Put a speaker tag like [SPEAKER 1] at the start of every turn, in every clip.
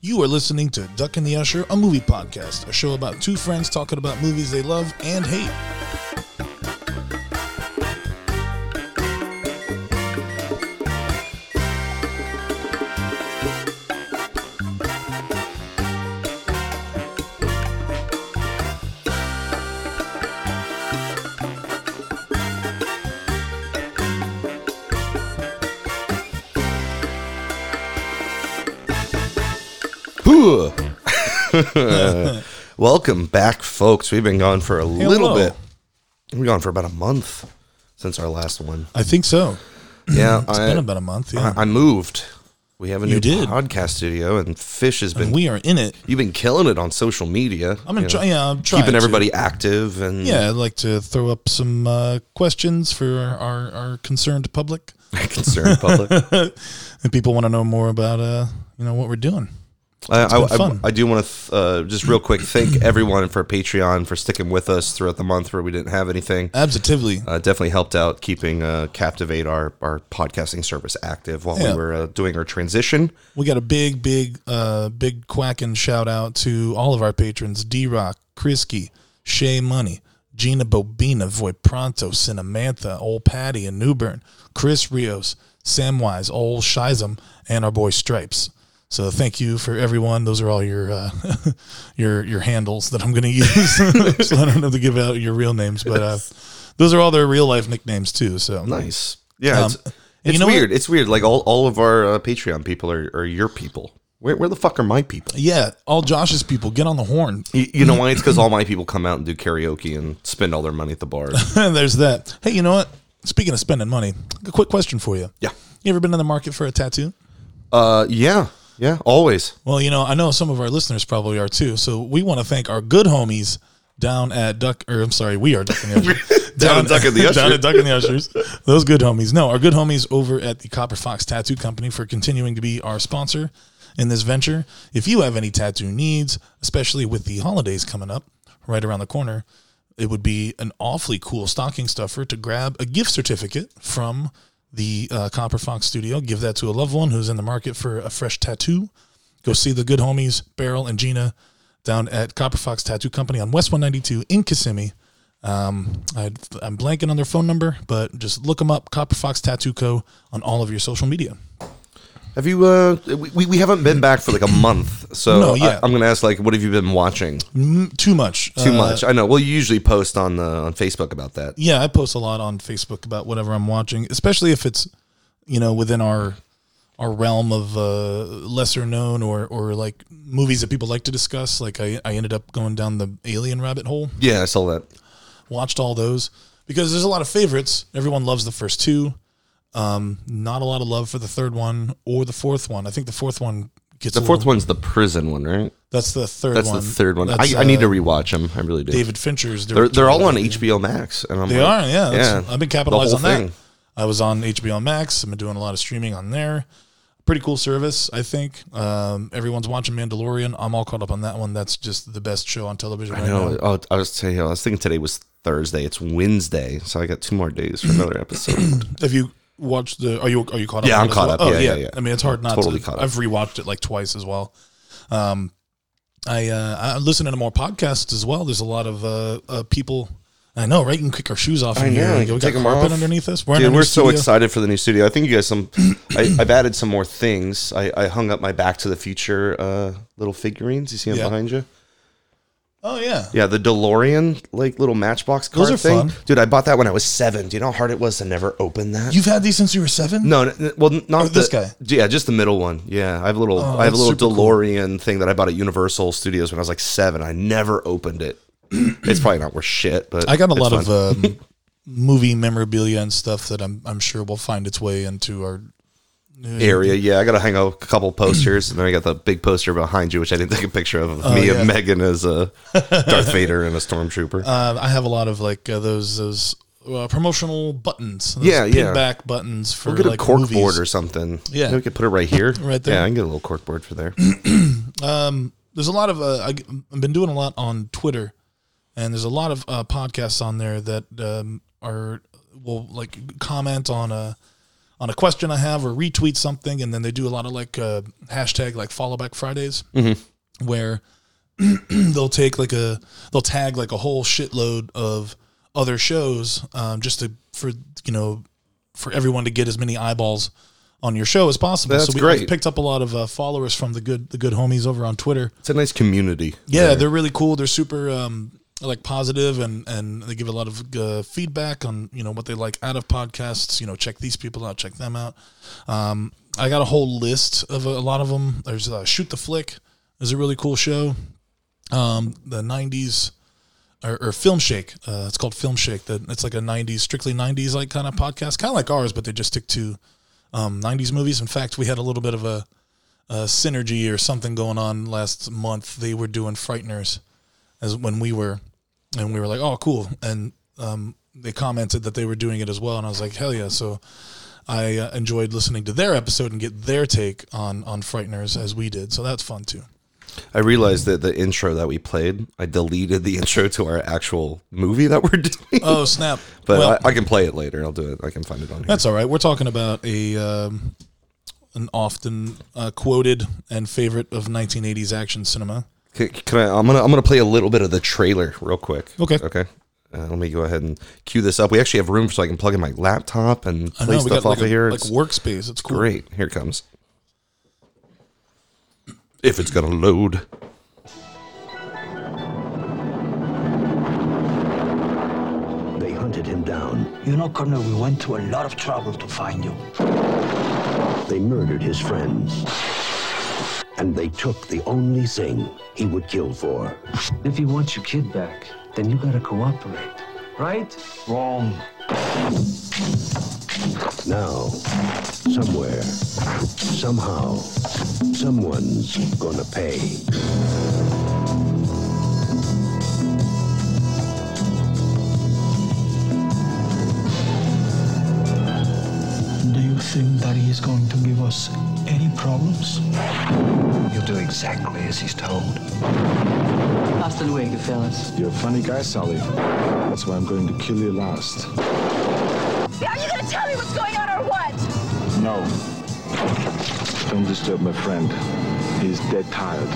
[SPEAKER 1] You are listening to Duck and the Usher, a movie podcast, a show about two friends talking about movies they love and hate.
[SPEAKER 2] Hoo. Welcome back, folks. We've been gone for a little
[SPEAKER 1] Hello.
[SPEAKER 2] bit. We've been gone for about a month since our last one.
[SPEAKER 1] I think so.
[SPEAKER 2] Yeah,
[SPEAKER 1] It's
[SPEAKER 2] I,
[SPEAKER 1] been about a month, yeah.
[SPEAKER 2] I- I moved. We have a new
[SPEAKER 1] did.
[SPEAKER 2] podcast studio, and Fish has been.
[SPEAKER 1] and we are in it.
[SPEAKER 2] you've been killing it on social media.
[SPEAKER 1] I'm
[SPEAKER 2] you
[SPEAKER 1] gonna
[SPEAKER 2] know,
[SPEAKER 1] try. Yeah, I'm trying
[SPEAKER 2] keeping
[SPEAKER 1] to.
[SPEAKER 2] everybody active, and
[SPEAKER 1] Yeah, I'd like to throw up some uh, questions for our, our concerned public.
[SPEAKER 2] concerned public. I,
[SPEAKER 1] If people want to know more about, uh, you know, what we're doing.
[SPEAKER 2] I,
[SPEAKER 1] been fun.
[SPEAKER 2] I, I do want to th- uh, just real quick thank everyone for Patreon for sticking with us throughout the month where we didn't have anything.
[SPEAKER 1] Absolutely.
[SPEAKER 2] uh, definitely helped out keeping uh, Captivate our our podcasting service active while
[SPEAKER 1] Yeah.
[SPEAKER 2] we were uh, doing our transition.
[SPEAKER 1] We got a big, big, uh, big quacking shout out to all of our patrons D Rock, Krisky, Shea Money, Gina Bobina, Voy Pronto, Cinemantha, Ol Patty, and Newburn, Chris Rios, Samwise, Ol Shizem, and our boy Stripes. So thank you for everyone. Those are all your uh, your your handles that I'm going to use. so I don't have to give out your real names, but uh, those are all their real life nicknames too. So
[SPEAKER 2] Nice, yeah.
[SPEAKER 1] Um,
[SPEAKER 2] it's
[SPEAKER 1] you
[SPEAKER 2] it's
[SPEAKER 1] know what?
[SPEAKER 2] weird. It's weird. Like all, all of our uh, Patreon people are, are your people. Where, where the fuck are my people?
[SPEAKER 1] yeah, all Josh's people get on the horn.
[SPEAKER 2] You, you know why? It's because all my people come out and do karaoke and spend all their money at the bars.
[SPEAKER 1] There's that. Hey, you know what? Speaking of spending money, a quick question for you.
[SPEAKER 2] yeah,
[SPEAKER 1] You ever been in the market for a tattoo?
[SPEAKER 2] uh, yeah, yeah. Always.
[SPEAKER 1] Well, you know, I know some of our listeners probably are too. So we want to thank our good homies down at Duck, or I'm sorry, we are Duck and the Ushers.
[SPEAKER 2] Down at Duck and the
[SPEAKER 1] down
[SPEAKER 2] Usher.
[SPEAKER 1] at Duck and the Ushers. Those good homies. No, our good homies over at the Copper Fox Tattoo Company for continuing to be our sponsor in this venture. If you have any tattoo needs, especially with the holidays coming up right around the corner, it would be an awfully cool stocking stuffer to grab a gift certificate from the uh, Copper Fox Studio, give that to a loved one who's in the market for a fresh tattoo go see the good homies Beryl and Gina down at Copper Fox Tattoo Company on West 192 in Kissimmee. Um, I, I'm blanking on their phone number, but just look them up, Copper Fox Tattoo Co. on all of your social media.
[SPEAKER 2] Have you? Uh, we, we haven't been back for like a month, so
[SPEAKER 1] No, yeah.
[SPEAKER 2] I, am gonna ask like, what have you been watching?
[SPEAKER 1] Mm, too much.
[SPEAKER 2] Too
[SPEAKER 1] Uh,
[SPEAKER 2] much. I know. Well, you usually post on the on Facebook about that.
[SPEAKER 1] Yeah, I post a lot on Facebook about whatever I'm watching, especially if it's you know within our our realm of uh, lesser known or or like movies that people like to discuss. Like I, I ended up going down the Alien rabbit hole.
[SPEAKER 2] Yeah, I saw that.
[SPEAKER 1] watched all those because there's a lot of favorites. Everyone loves the first two. Um, not a lot of love for the third one or the fourth one. I think the fourth one gets
[SPEAKER 2] The
[SPEAKER 1] a
[SPEAKER 2] fourth
[SPEAKER 1] little-
[SPEAKER 2] one's the prison one, right?
[SPEAKER 1] That's the third
[SPEAKER 2] That's
[SPEAKER 1] one.
[SPEAKER 2] the third one.
[SPEAKER 1] That's,
[SPEAKER 2] I, I need
[SPEAKER 1] uh,
[SPEAKER 2] to rewatch them. I really do.
[SPEAKER 1] David Fincher's.
[SPEAKER 2] they're they're all on HBO Max, and I'm
[SPEAKER 1] They
[SPEAKER 2] like,
[SPEAKER 1] are. Yeah, that's- I've been
[SPEAKER 2] the
[SPEAKER 1] capitalized
[SPEAKER 2] whole
[SPEAKER 1] on that.
[SPEAKER 2] thing.
[SPEAKER 1] I was on HBO Max. I've been doing a lot of streaming on there. Pretty cool service, I think. Um, everyone's watching Mandalorian. I'm all caught up on that one. That's just the best show on television right
[SPEAKER 2] I
[SPEAKER 1] now.
[SPEAKER 2] know. Oh, I was saying, I was thinking today was Thursday. It's Wednesday, so I got two more days for another episode.
[SPEAKER 1] Have you watched the? Are you are you caught up?
[SPEAKER 2] Yeah,
[SPEAKER 1] on
[SPEAKER 2] I'm
[SPEAKER 1] it as
[SPEAKER 2] caught
[SPEAKER 1] well?
[SPEAKER 2] up.
[SPEAKER 1] Oh
[SPEAKER 2] Yeah,
[SPEAKER 1] yeah.
[SPEAKER 2] yeah, yeah.
[SPEAKER 1] I mean, it's hard not
[SPEAKER 2] Totally
[SPEAKER 1] to.
[SPEAKER 2] caught up.
[SPEAKER 1] I've rewatched it like twice as well. Um, I uh, I'm listening to more podcasts as well. There's a lot of uh, uh people. I know, right? You can kick our shoes off.
[SPEAKER 2] I
[SPEAKER 1] in here.
[SPEAKER 2] know,
[SPEAKER 1] We
[SPEAKER 2] you
[SPEAKER 1] got
[SPEAKER 2] can take 'em
[SPEAKER 1] carpet
[SPEAKER 2] off.
[SPEAKER 1] underneath us. We're, in a
[SPEAKER 2] Dude,
[SPEAKER 1] new
[SPEAKER 2] we're so
[SPEAKER 1] studio.
[SPEAKER 2] excited for the new studio. I think you guys some. I, I've added some more things. I, I hung up my Back to the Future uh, little figurines. You see them
[SPEAKER 1] Yeah.
[SPEAKER 2] behind you.
[SPEAKER 1] Oh yeah.
[SPEAKER 2] Yeah, the DeLorean like little Matchbox car
[SPEAKER 1] Those are
[SPEAKER 2] thing.
[SPEAKER 1] fun.
[SPEAKER 2] Dude, I bought that when I was seven. Do you know how hard it was to never open that?
[SPEAKER 1] You've had these since you were seven.
[SPEAKER 2] No, n- n- well, n- not
[SPEAKER 1] Oh, this
[SPEAKER 2] the-
[SPEAKER 1] guy. Oh,
[SPEAKER 2] Yeah, just the middle one. Yeah, I have a little, I have a
[SPEAKER 1] that's
[SPEAKER 2] little
[SPEAKER 1] super cool.
[SPEAKER 2] DeLorean thing that I bought at Universal Studios when I was like seven. I never opened it. it's probably not worth shit, but
[SPEAKER 1] I got a
[SPEAKER 2] it's
[SPEAKER 1] lot
[SPEAKER 2] fun.
[SPEAKER 1] of um, movie memorabilia and stuff that I'm I'm sure will find its way into our.
[SPEAKER 2] area. Yeah, I got to hang out a couple posters, and then I got the big poster behind you, which I didn't take a picture of. of
[SPEAKER 1] Oh,
[SPEAKER 2] me
[SPEAKER 1] yeah.
[SPEAKER 2] and Megan as a Darth Vader and a stormtrooper.
[SPEAKER 1] Uh, I have a lot of like uh, those those uh, promotional buttons. Those
[SPEAKER 2] Yeah, yeah.
[SPEAKER 1] Back buttons for
[SPEAKER 2] We'll get
[SPEAKER 1] like
[SPEAKER 2] a cork
[SPEAKER 1] movies.
[SPEAKER 2] board or something.
[SPEAKER 1] Yeah.
[SPEAKER 2] Maybe we could put it right here.
[SPEAKER 1] Right there.
[SPEAKER 2] Yeah, I can get a little cork board for there.
[SPEAKER 1] there's a lot of uh, I, I've been doing a lot on Twitter, and there's a lot of uh, podcasts on there that um, are will like comment on uh, on a question I have or retweet something, and then they do a lot of like uh, hashtag like follow back Fridays,
[SPEAKER 2] Mm-hmm.
[SPEAKER 1] where they'll take like a they'll tag like a whole shitload of other shows um, just to for you know for everyone to get as many eyeballs on your show as possible.
[SPEAKER 2] That's
[SPEAKER 1] so we,
[SPEAKER 2] great.
[SPEAKER 1] I've picked up a lot of uh, followers from the good the good homies over on Twitter.
[SPEAKER 2] It's a nice community.
[SPEAKER 1] Yeah, they're really cool. They're super um, like positive and and they give a lot of uh, feedback on you know what they like out of podcasts. You know, check these people out, check them out. Um, I got a whole list of a, a lot of them. There's uh, Shoot the Flick is a really cool show. Um, the '90s or, or Film Shake. Uh, it's called Film Shake. The, it's like a '90s, strictly '90s like kind of podcast, kind of like ours, but they just stick to um, '90s movies. In fact, we had a little bit of a uh, synergy or something going on last month. They were doing Frighteners as when we were, and we were like, "Oh, cool!" And um, they commented that they were doing it as well, and I was like, "Hell yeah!" So I uh, enjoyed listening to their episode and get their take on on Frighteners as we did. So that's fun too.
[SPEAKER 2] I realized that the intro that we played, I deleted the intro to our actual movie that we're doing.
[SPEAKER 1] Oh snap!
[SPEAKER 2] but
[SPEAKER 1] well,
[SPEAKER 2] I, I can play it later. I'll do it. I can find it on here.
[SPEAKER 1] that's all right. We're talking about a. Um, an often uh, quoted and favorite of 1980s action cinema.
[SPEAKER 2] Can, can I? I'm gonna I'm gonna play a little bit of the trailer real quick.
[SPEAKER 1] Okay.
[SPEAKER 2] Okay. Uh, let me go ahead and cue this up. We actually have room so I can plug in my laptop and
[SPEAKER 1] I
[SPEAKER 2] play
[SPEAKER 1] know we
[SPEAKER 2] stuff
[SPEAKER 1] got like,
[SPEAKER 2] off
[SPEAKER 1] a,
[SPEAKER 2] of here.
[SPEAKER 1] like
[SPEAKER 2] It's
[SPEAKER 1] workspace. It's cool.
[SPEAKER 2] great. Here it comes. If it's gonna load.
[SPEAKER 3] They hunted him down.
[SPEAKER 4] You know, Colonel, we went to a lot of trouble to find you.
[SPEAKER 3] They murdered his friends. And they took the only thing he would kill for.
[SPEAKER 5] If you want your kid back, then you gotta cooperate. Right? Wrong.
[SPEAKER 3] Now, somewhere, somehow, someone's gonna pay.
[SPEAKER 6] Do you think that he is going to give us any problems?
[SPEAKER 4] You'll do exactly as he's told.
[SPEAKER 7] Hasta luego, fellas.
[SPEAKER 8] You're a funny guy, Sally. That's why I'm going to kill you last.
[SPEAKER 9] Are you gonna tell me what's going on or what?
[SPEAKER 8] No. Don't disturb my friend. He's dead tired.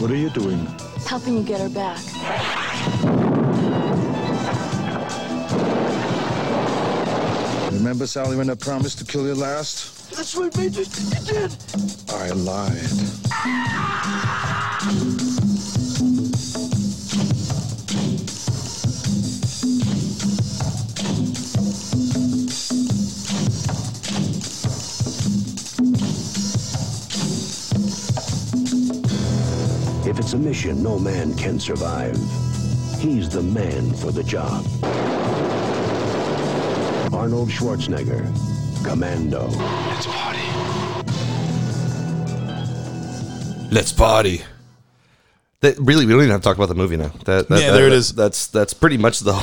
[SPEAKER 8] What are you doing?
[SPEAKER 9] Helping you get her back.
[SPEAKER 8] Remember, Sally, when I promised to kill you last?
[SPEAKER 4] That's what made you think you did.
[SPEAKER 8] I lied.
[SPEAKER 3] If it's a mission no man can survive, he's the man for the job. Arnold Schwarzenegger, Commando.
[SPEAKER 4] Let's party.
[SPEAKER 2] Let's party. That really, we don't even have to talk about the movie now. That, that
[SPEAKER 1] Yeah,
[SPEAKER 2] that-
[SPEAKER 1] there it
[SPEAKER 2] that-
[SPEAKER 1] is.
[SPEAKER 2] That's that's pretty much the
[SPEAKER 1] a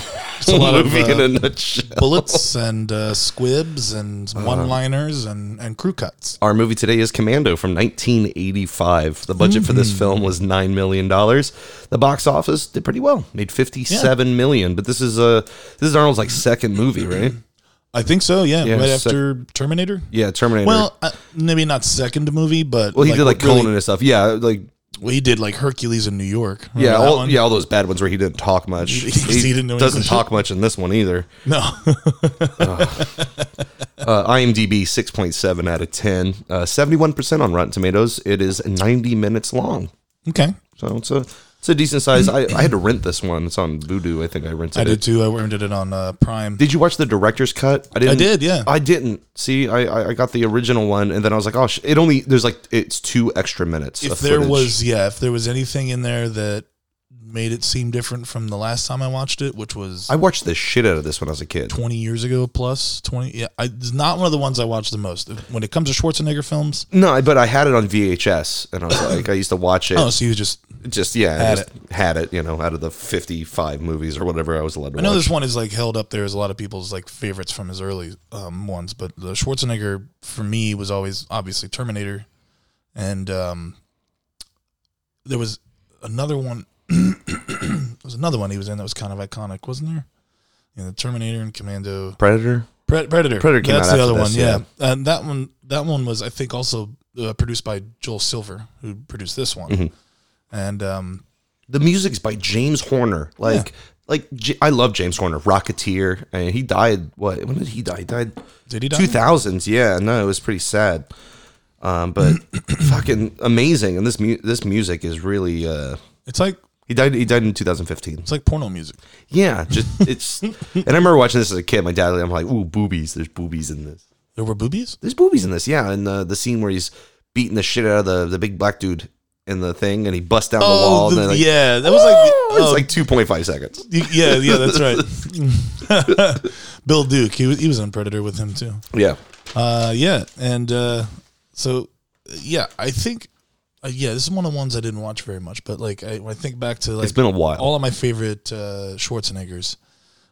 [SPEAKER 2] whole
[SPEAKER 1] lot of,
[SPEAKER 2] movie
[SPEAKER 1] uh,
[SPEAKER 2] in a nutshell.
[SPEAKER 1] bullets and uh, squibs and
[SPEAKER 2] Uh-huh.
[SPEAKER 1] one-liners and, and crew cuts.
[SPEAKER 2] Our movie today is Commando from 1985. The budget for
[SPEAKER 1] Mm-hmm.
[SPEAKER 2] this film was nine million dollars. The box office did pretty well, made fifty-seven million. But this is uh, this is Arnold's like second movie,
[SPEAKER 1] Mm-hmm.
[SPEAKER 2] right?
[SPEAKER 1] I think so. Yeah,
[SPEAKER 2] Yeah,
[SPEAKER 1] right
[SPEAKER 2] sec-
[SPEAKER 1] after Terminator.
[SPEAKER 2] Yeah, Terminator.
[SPEAKER 1] Well, uh, maybe not second movie, but
[SPEAKER 2] Well, he did like
[SPEAKER 1] what really-
[SPEAKER 2] Conan and stuff. Yeah, like
[SPEAKER 1] well, he did like Hercules in New York. Remember
[SPEAKER 2] yeah,
[SPEAKER 1] that
[SPEAKER 2] all,
[SPEAKER 1] one?
[SPEAKER 2] yeah, all those bad ones where he didn't talk much.
[SPEAKER 1] He- he didn't know
[SPEAKER 2] doesn't
[SPEAKER 1] English.
[SPEAKER 2] talk much in this one either.
[SPEAKER 1] No,
[SPEAKER 2] Uh, IMDb 6.7 out of 10, uh, 71% on Rotten Tomatoes. It is 90 minutes long.
[SPEAKER 1] okay,
[SPEAKER 2] So it's a, it's a decent size. I, I had to rent this one. It's on Voodoo. I think I rented
[SPEAKER 1] Mm-hmm. I
[SPEAKER 2] it.
[SPEAKER 1] did too. I rented it on uh, Prime.
[SPEAKER 2] Did you watch the director's cut? I didn't.
[SPEAKER 1] did, yeah.
[SPEAKER 2] I didn't. See, I, I- I got the original one, and then I was like, oh, sh- it only there's like it's two extra minutes.
[SPEAKER 1] if
[SPEAKER 2] of
[SPEAKER 1] there
[SPEAKER 2] footage.
[SPEAKER 1] was, yeah, if there was anything in there that made it seem different from the last time I watched it, which was
[SPEAKER 2] I watched the shit out of this when I was a kid.
[SPEAKER 1] 20 years ago plus 20 yeah I, it's not one of the ones i watch the most when it comes to schwarzenegger films
[SPEAKER 2] No, I- but I had it on VHS, and I was like, I used to watch it.
[SPEAKER 1] oh so you just
[SPEAKER 2] just yeah,
[SPEAKER 1] Had
[SPEAKER 2] had just it. had it. You know, out of the fifty-five movies or whatever I was allowed to
[SPEAKER 1] I know
[SPEAKER 2] watch.
[SPEAKER 1] this one is like held up there as a lot of people's like favorites from his early um, ones, but the Schwarzenegger for me was always obviously Terminator, and um, there was another one. there was another one he was in that was kind of iconic, wasn't there? you know, the Terminator and Commando.
[SPEAKER 2] Predator.
[SPEAKER 1] Pre- Predator.
[SPEAKER 2] Predator came
[SPEAKER 1] That's
[SPEAKER 2] out
[SPEAKER 1] the
[SPEAKER 2] after
[SPEAKER 1] other
[SPEAKER 2] this,
[SPEAKER 1] one. Yeah.
[SPEAKER 2] yeah.
[SPEAKER 1] And that one. That one was I think also uh, produced by Joel Silver, who produced this one.
[SPEAKER 2] Mm-hmm.
[SPEAKER 1] And um,
[SPEAKER 2] The music's by James Horner. Like, like J- I love James Horner. Rocketeer, and he died. What? When did he die? He died.
[SPEAKER 1] Did he die?
[SPEAKER 2] Two thousands. Yeah. No, it was pretty sad. Um, but fucking amazing. And this mu- this music is really. Uh,
[SPEAKER 1] it's like
[SPEAKER 2] he died. He died in 2015.
[SPEAKER 1] it's like porno music.
[SPEAKER 2] Yeah, just it's. and I remember watching this as a kid. My dad, I'm like, ooh, boobies. There's boobies in this.
[SPEAKER 1] There were boobies.
[SPEAKER 2] There's boobies in this. Yeah, and uh, the scene where he's beating the shit out of the, the big black dude in the thing, and he busts down the wall.
[SPEAKER 1] Oh, the-
[SPEAKER 2] and then, like,
[SPEAKER 1] yeah, that was like the-
[SPEAKER 2] it's
[SPEAKER 1] oh,
[SPEAKER 2] like 2.5 seconds.
[SPEAKER 1] y- yeah, yeah, that's right. Bill Duke, he was he was on Predator with him too.
[SPEAKER 2] Yeah,
[SPEAKER 1] Uh, yeah, and uh, so yeah, I think uh, yeah, this is one of the ones I didn't watch very much, but like I, when I think back to like
[SPEAKER 2] It's been a while.
[SPEAKER 1] All of my favorite uh, Schwarzeneggers,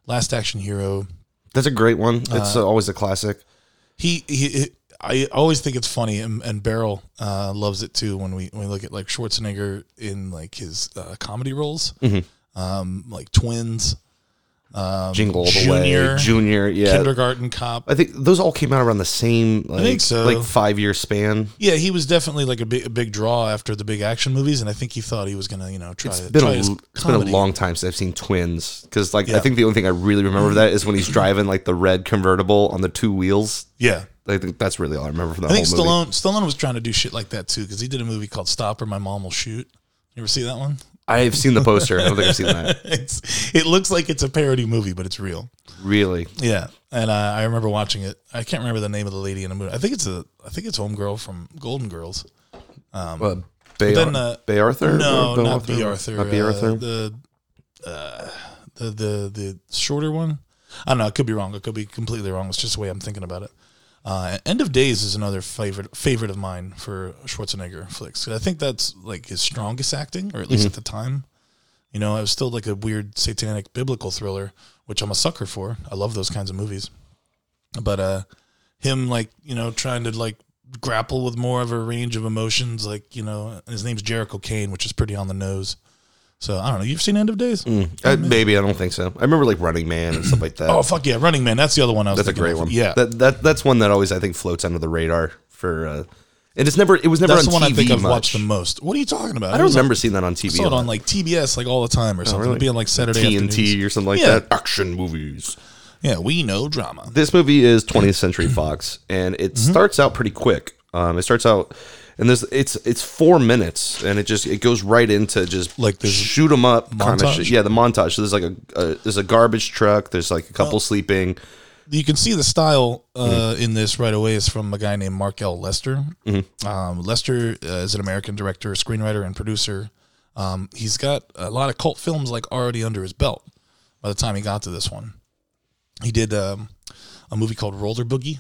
[SPEAKER 1] Last Action Hero.
[SPEAKER 2] that's a great one. It's uh, always a classic.
[SPEAKER 1] He he. he- I always think it's funny, and, and Beryl uh, loves it too. When we when we look at like Schwarzenegger in like his uh, comedy roles,
[SPEAKER 2] Mm-hmm.
[SPEAKER 1] um, like Twins,
[SPEAKER 2] Jingle all the
[SPEAKER 1] um, Junior,
[SPEAKER 2] way, junior. Yeah,
[SPEAKER 1] Kindergarten Cop.
[SPEAKER 2] I think those all came out around the same, like,
[SPEAKER 1] think so.
[SPEAKER 2] like five year span.
[SPEAKER 1] Yeah, he was definitely like a big, a big draw after the big action movies, and I think he thought he was gonna, you know, try,
[SPEAKER 2] It's been,
[SPEAKER 1] try
[SPEAKER 2] a,
[SPEAKER 1] his
[SPEAKER 2] it's been a
[SPEAKER 1] comedy.
[SPEAKER 2] long time since I've seen twins because like
[SPEAKER 1] Yeah.
[SPEAKER 2] I think the only thing I really remember of that is when he's driving like the red convertible on the two wheels.
[SPEAKER 1] Yeah,
[SPEAKER 2] I think that's really all I remember from that
[SPEAKER 1] I think
[SPEAKER 2] whole movie.
[SPEAKER 1] Stallone Stallone was trying to do shit like that too because he did a movie called Stop or My Mom Will Shoot. You ever see that one?
[SPEAKER 2] I've seen the poster. I don't think I've seen that.
[SPEAKER 1] It's it looks like it's a parody movie, but it's real.
[SPEAKER 2] Really,
[SPEAKER 1] Yeah, and uh, I remember watching it. I can't remember the name of the lady in the movie. I think it's a I think it's Homegirl from Golden Girls.
[SPEAKER 2] uh, Bay,
[SPEAKER 1] Um, then,
[SPEAKER 2] Ar-
[SPEAKER 1] uh,
[SPEAKER 2] Bay Arthur?
[SPEAKER 1] No,
[SPEAKER 2] Or Bill
[SPEAKER 1] not B. Arthur.
[SPEAKER 2] Not B.
[SPEAKER 1] uh,
[SPEAKER 2] Arthur.
[SPEAKER 1] the, uh, the the the shorter one. I don't know. I could be wrong. I could be completely wrong. It's just the way I'm thinking about it. Uh, End of Days is another favorite favorite of mine for Schwarzenegger flicks. 'Cause I think that's like his strongest acting, or at
[SPEAKER 2] Mm-hmm.
[SPEAKER 1] least at the time. You know, it was still like a weird satanic biblical thriller, which I'm a sucker for. I love those kinds of movies. But uh, him like you know trying to like grapple with more of a range of emotions like you know his name's jericho kane which is pretty on the nose so i don't know you've seen end of days
[SPEAKER 2] Uh, maybe I don't think so. I remember like Running Man and stuff like that.
[SPEAKER 1] oh fuck yeah running man that's the other one i was
[SPEAKER 2] that's a
[SPEAKER 1] thinking
[SPEAKER 2] great
[SPEAKER 1] of.
[SPEAKER 2] one.
[SPEAKER 1] yeah
[SPEAKER 2] that, that that's one that always I think floats under the radar for. Uh, and it's never. It was never
[SPEAKER 1] that's the
[SPEAKER 2] on
[SPEAKER 1] one
[SPEAKER 2] TV
[SPEAKER 1] i think i've
[SPEAKER 2] much.
[SPEAKER 1] watched the most what are you talking about
[SPEAKER 2] I don't remember seeing that on TV.
[SPEAKER 1] I saw it on like tbs like all the time or something
[SPEAKER 2] Oh, really?
[SPEAKER 1] being like saturday
[SPEAKER 2] TNT
[SPEAKER 1] afternoons.
[SPEAKER 2] or something like
[SPEAKER 1] Yeah.
[SPEAKER 2] that. Action movies.
[SPEAKER 1] yeah we know drama
[SPEAKER 2] This movie is 20th Century Fox, and it
[SPEAKER 1] Mm-hmm.
[SPEAKER 2] starts out pretty quick. Um, it starts out, and this it's it's four minutes, and it just it goes right into just
[SPEAKER 1] Like this
[SPEAKER 2] shoot 'em up kind of
[SPEAKER 1] montage?
[SPEAKER 2] shit. Yeah, the montage. So there's like a, a there's a garbage truck. There's like a couple
[SPEAKER 1] Oh.
[SPEAKER 2] sleeping.
[SPEAKER 1] you can see the style uh,
[SPEAKER 2] Mm-hmm.
[SPEAKER 1] in this right away is from a guy named Mark L. Lester.
[SPEAKER 2] Mm-hmm.
[SPEAKER 1] Um, Lester uh, is an American director, screenwriter, and producer. Um, he's got a lot of cult films like already under his belt by the time he got to this one. He did um, a movie called Roller Boogie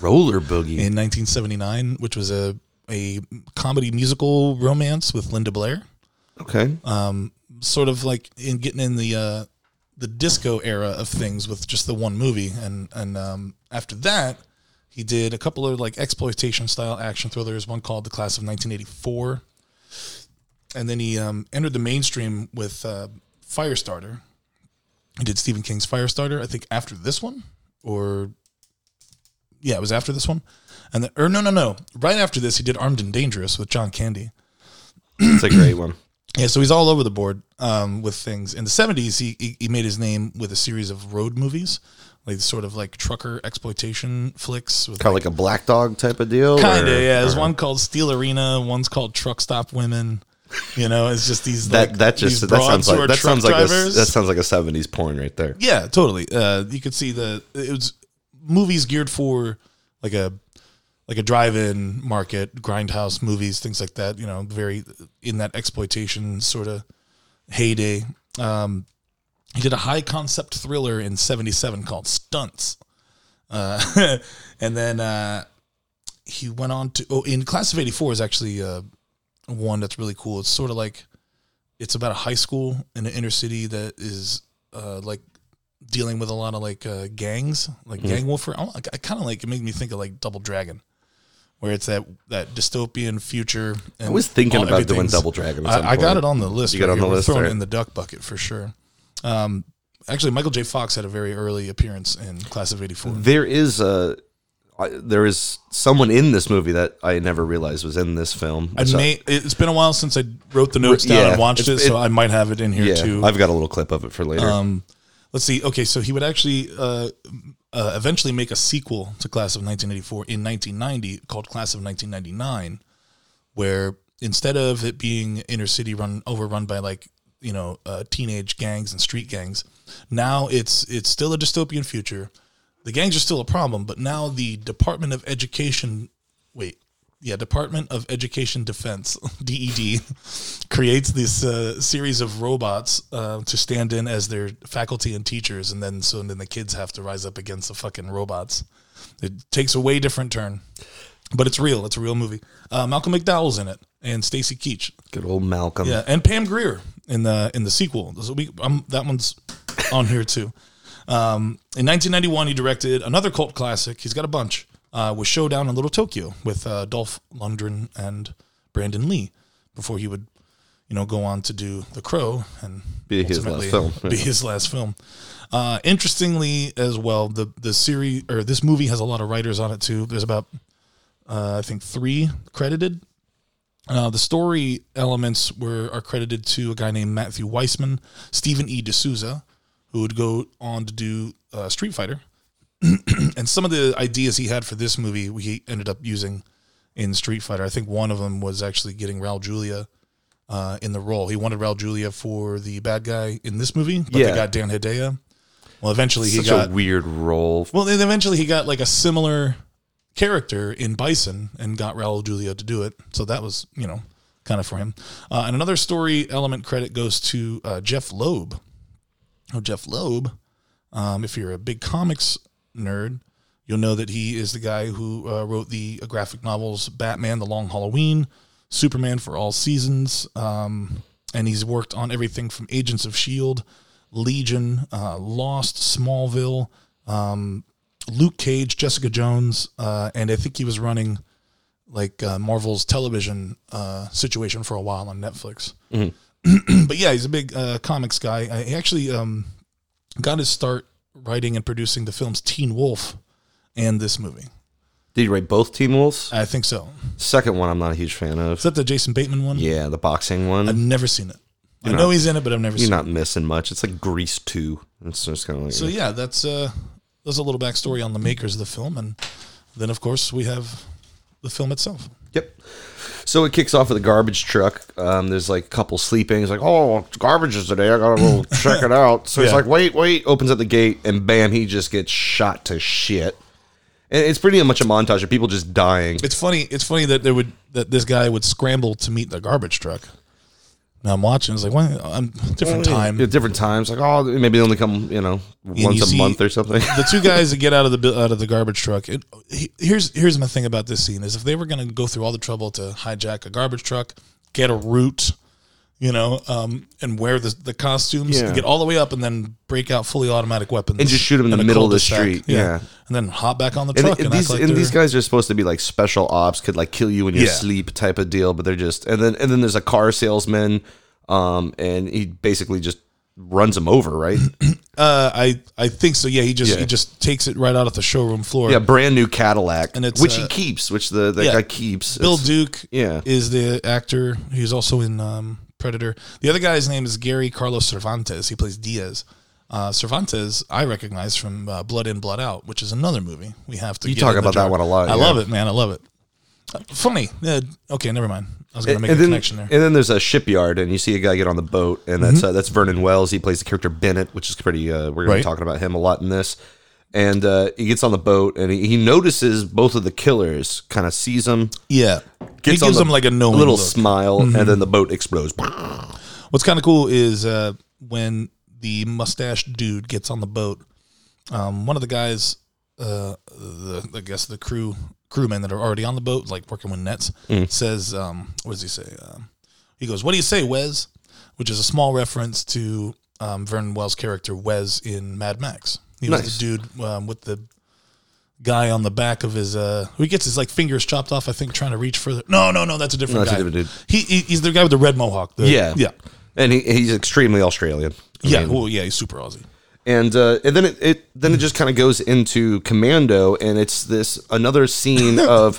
[SPEAKER 2] Roller boogie.
[SPEAKER 1] in 1979, which was a a comedy musical romance with Linda Blair
[SPEAKER 2] okay.
[SPEAKER 1] sort of like in getting in the uh, the disco era of things with just the one movie, and and um, after that, he did a couple of like exploitation style action thrillers. One called The Class of 1984, and then he um, entered the mainstream with uh, Firestarter. He did Stephen King's Firestarter, I think, after this one, or yeah, it was after this one, and the, or no, no, no, right after this, he did Armed and Dangerous with John Candy.
[SPEAKER 2] it's a great one.
[SPEAKER 1] Yeah, so he's all over the board um, with things. In the seventies, he, he he made his name with a series of road movies, like sort of like trucker exploitation flicks. With
[SPEAKER 2] Kind of like a black dog type of deal.
[SPEAKER 1] kind
[SPEAKER 2] or-
[SPEAKER 1] of yeah. There's
[SPEAKER 2] or-
[SPEAKER 1] one called Steel Arena. One's called Truck Stop Women. You know, it's just these
[SPEAKER 2] That
[SPEAKER 1] like,
[SPEAKER 2] that
[SPEAKER 1] these
[SPEAKER 2] just that
[SPEAKER 1] broads
[SPEAKER 2] sounds
[SPEAKER 1] who are
[SPEAKER 2] like that
[SPEAKER 1] truck
[SPEAKER 2] sounds like a,
[SPEAKER 1] drivers.
[SPEAKER 2] that sounds like a 70s porn right there.
[SPEAKER 1] Yeah, totally. Uh, you could see the it was movies geared for like a like a drive-in market, grindhouse movies, things like that. You know, very in that exploitation sort of heyday. Um, he did a high concept thriller in '77 called Stunts, uh, and then uh, he went on to oh, in Class of '84 is actually uh, one that's really cool. It's sort of like it's about a high school in an inner city that is uh, like dealing with a lot of like uh, gangs, like
[SPEAKER 2] Mm-hmm.
[SPEAKER 1] gang warfare. I, don't- I kind of like it made me think of like Double Dragon, where it's that that dystopian future. And
[SPEAKER 2] I was thinking
[SPEAKER 1] all-
[SPEAKER 2] about doing
[SPEAKER 1] everything's-
[SPEAKER 2] Double Dragon. at some
[SPEAKER 1] I, I got
[SPEAKER 2] point.
[SPEAKER 1] it on the list.
[SPEAKER 2] You got it on
[SPEAKER 1] here.
[SPEAKER 2] the
[SPEAKER 1] We're
[SPEAKER 2] list,
[SPEAKER 1] throwing it
[SPEAKER 2] right?
[SPEAKER 1] in the duck bucket for sure. Um, Actually, Michael J. Fox had a very early appearance in Class of '84.
[SPEAKER 2] There is a I, there is someone in this movie that I never realized was in this film.
[SPEAKER 1] I
[SPEAKER 2] which I-
[SPEAKER 1] may, it's been a while since I wrote the notes down
[SPEAKER 2] Yeah,
[SPEAKER 1] and watched it,
[SPEAKER 2] it's-
[SPEAKER 1] so
[SPEAKER 2] it-
[SPEAKER 1] I might have it in here
[SPEAKER 2] yeah,
[SPEAKER 1] too.
[SPEAKER 2] I've got a little clip of it for later.
[SPEAKER 1] Um, Let's see. Okay, so he would actually uh, uh, eventually make a sequel to Class of 1984 in 1990 called Class of 1999, where instead of it being inner city run overrun by like you know uh, teenage gangs and street gangs, now it's it's still a dystopian future. The gangs are still a problem, but now the Department of Education, wait, yeah, Department of Education Defense E (DED) creates this uh, series of robots uh, to stand in as their faculty and teachers, and then so then the kids have to rise up against the fucking robots. It takes a way different turn, but it's real. It's a real movie. Uh, Malcolm McDowell's in it, and Stacy Keach,
[SPEAKER 2] Good old Malcolm.
[SPEAKER 1] yeah, and Pam Greer in the in the sequel. So we um, that one's on here too. Um, in 1991, he directed another cult classic. He's got a bunch. Uh, was Showdown in Little Tokyo with uh, Dolph Lundgren and Brandon Lee before he would, you know, go on to do The Crow and
[SPEAKER 2] Be his last
[SPEAKER 1] ultimately
[SPEAKER 2] film.
[SPEAKER 1] Be his last film. Uh, interestingly, as well, the the series or this movie has a lot of writers on it too. There's about uh, I think three credited. Uh, the story elements were are credited to a guy named Matthew Weissman, Stephen E. D'Souza, who would go on to do uh, Street Fighter, and some of the ideas he had for this movie he ended up using in Street Fighter. I think one of them was actually getting Raul Julia uh, in the role. He wanted Raul Julia for the bad guy in this movie, but
[SPEAKER 2] Yeah.
[SPEAKER 1] they got Dan Hedaya. Well, eventually he
[SPEAKER 2] Such
[SPEAKER 1] got
[SPEAKER 2] a weird role.
[SPEAKER 1] well, then eventually he got like a similar character in Bison and got Raul Julia to do it. So that was, you know, kind of for him. Uh, and another story element credit goes to uh, Jeff Loeb. Oh, Jeff Loeb. Um, if you're a big comics nerd, you'll know that he is the guy who uh, wrote the graphic novels Batman, The Long Halloween, Superman for All Seasons. Um, and he's worked on everything from Agents of S.H.I.E.L.D., E Legion, uh, Lost, Smallville, um, Luke Cage, Jessica Jones, uh, and I think he was running like uh, Marvel's television uh, situation for a while on Netflix.
[SPEAKER 2] Mm-hmm.
[SPEAKER 1] but yeah, he's a big uh, comics guy. I, he actually um, got his start writing and producing the films Teen Wolf and this movie.
[SPEAKER 2] Did he write both Teen Wolves?
[SPEAKER 1] I think so.
[SPEAKER 2] Second one, I'm not a huge fan of.
[SPEAKER 1] Is that the Jason Bateman one?
[SPEAKER 2] yeah, the boxing one.
[SPEAKER 1] I've never seen it. I
[SPEAKER 2] You're
[SPEAKER 1] know
[SPEAKER 2] not-
[SPEAKER 1] he's in it, but I've never
[SPEAKER 2] You're
[SPEAKER 1] seen it.
[SPEAKER 2] not missing much. It's like Grease Two. It's just kind of like
[SPEAKER 1] So yeah, that's uh, that's a little backstory on the makers of the film, and then of course we have the film itself.
[SPEAKER 2] Yep. So it kicks off with a garbage truck. Um, there's like a couple sleeping. He's like, "Oh, it's garbage is today. I gotta go check it out." So he's
[SPEAKER 1] Yeah.
[SPEAKER 2] like, "Wait, wait!" Opens up the gate, and bam, he just gets shot to shit. And it's pretty much a montage of people just dying.
[SPEAKER 1] It's funny. It's funny that there would that this guy would scramble to meet the garbage truck. Now I'm watching. It's like, well, I'm different time.
[SPEAKER 2] At different times, like oh, maybe they only come, you know, once
[SPEAKER 1] you
[SPEAKER 2] a
[SPEAKER 1] see-
[SPEAKER 2] month or something.
[SPEAKER 1] the two guys that get out of the bu- out of the garbage truck. It, he- here's here's my thing about this scene is if they were going to go through all the trouble to hijack a garbage truck, get a route, you know, um, and wear the the costumes,
[SPEAKER 2] Yeah.
[SPEAKER 1] get all the way up, and then break out fully automatic weapons
[SPEAKER 2] And just shoot 'em in
[SPEAKER 1] at
[SPEAKER 2] the
[SPEAKER 1] a
[SPEAKER 2] middle of the
[SPEAKER 1] cul-de-sac.
[SPEAKER 2] street, yeah.
[SPEAKER 1] and then hop back on the
[SPEAKER 2] and,
[SPEAKER 1] truck and,
[SPEAKER 2] and these
[SPEAKER 1] act like
[SPEAKER 2] and
[SPEAKER 1] they're-
[SPEAKER 2] these guys are supposed to be like special ops, could like kill you in your
[SPEAKER 1] Yeah.
[SPEAKER 2] sleep type of deal. But they're just and then and then there's a car salesman, um, and he basically just runs him over, right?
[SPEAKER 1] Uh, I I think so. Yeah, he just
[SPEAKER 2] Yeah.
[SPEAKER 1] he just takes it right out of the showroom floor.
[SPEAKER 2] yeah, brand new Cadillac,
[SPEAKER 1] And it's,
[SPEAKER 2] which
[SPEAKER 1] uh,
[SPEAKER 2] he keeps, which the that
[SPEAKER 1] yeah.
[SPEAKER 2] guy keeps.
[SPEAKER 1] Bill
[SPEAKER 2] It's-
[SPEAKER 1] Duke
[SPEAKER 2] yeah.
[SPEAKER 1] is the actor. He's also in um, Predator. The other guy's name is Gary Carlos Cervantes. He plays Diaz. Uh, Cervantes, I recognize from uh, Blood In, Blood Out, which is another movie we have to.
[SPEAKER 2] You
[SPEAKER 1] get
[SPEAKER 2] talk
[SPEAKER 1] in the
[SPEAKER 2] about that
[SPEAKER 1] jar.
[SPEAKER 2] one a lot,
[SPEAKER 1] I
[SPEAKER 2] yeah.
[SPEAKER 1] love it, man. I love it. Uh, funny. Yeah, okay, never mind. I was gonna
[SPEAKER 2] and,
[SPEAKER 1] make a
[SPEAKER 2] and then,
[SPEAKER 1] connection there. Mm-hmm.
[SPEAKER 2] and then there's a shipyard, and you see a guy get on the boat, and that's uh, that's Vernon Wells. He plays the character Bennett, which is pretty. Uh, we're gonna be
[SPEAKER 1] Right.
[SPEAKER 2] talking about him a lot in this. And uh, he gets on the boat, and he, he notices both of the killers. Kind of sees them.
[SPEAKER 1] yeah, he
[SPEAKER 2] gets on
[SPEAKER 1] gives
[SPEAKER 2] the-
[SPEAKER 1] him like a Mm-hmm. no
[SPEAKER 2] little smile, and then the boat explodes.
[SPEAKER 1] What's kind of cool is uh, when the mustache dude gets on the boat. Um, one of the guys, uh, the, I guess the crew crewmen that are already on the boat, like working with nets,
[SPEAKER 2] Mm.
[SPEAKER 1] says, um, "What does he say?" Um, he goes, "What do you say, Wes?" Which is a small reference to um, Vernon Wells' character Wes in Mad Max. He
[SPEAKER 2] Nice.
[SPEAKER 1] was the dude um, with the guy on the back of his uh who gets his like fingers chopped off i think trying to reach further no no no that's a different
[SPEAKER 2] No, that's a
[SPEAKER 1] guy
[SPEAKER 2] different dude.
[SPEAKER 1] He, he he's the guy with the red mohawk the,
[SPEAKER 2] Yeah,
[SPEAKER 1] yeah
[SPEAKER 2] And he, he's extremely Australian. I
[SPEAKER 1] yeah,
[SPEAKER 2] mean,
[SPEAKER 1] well, yeah, he's super Aussie.
[SPEAKER 2] and uh, and then it, it then it just kind of goes into Commando, and it's this another scene of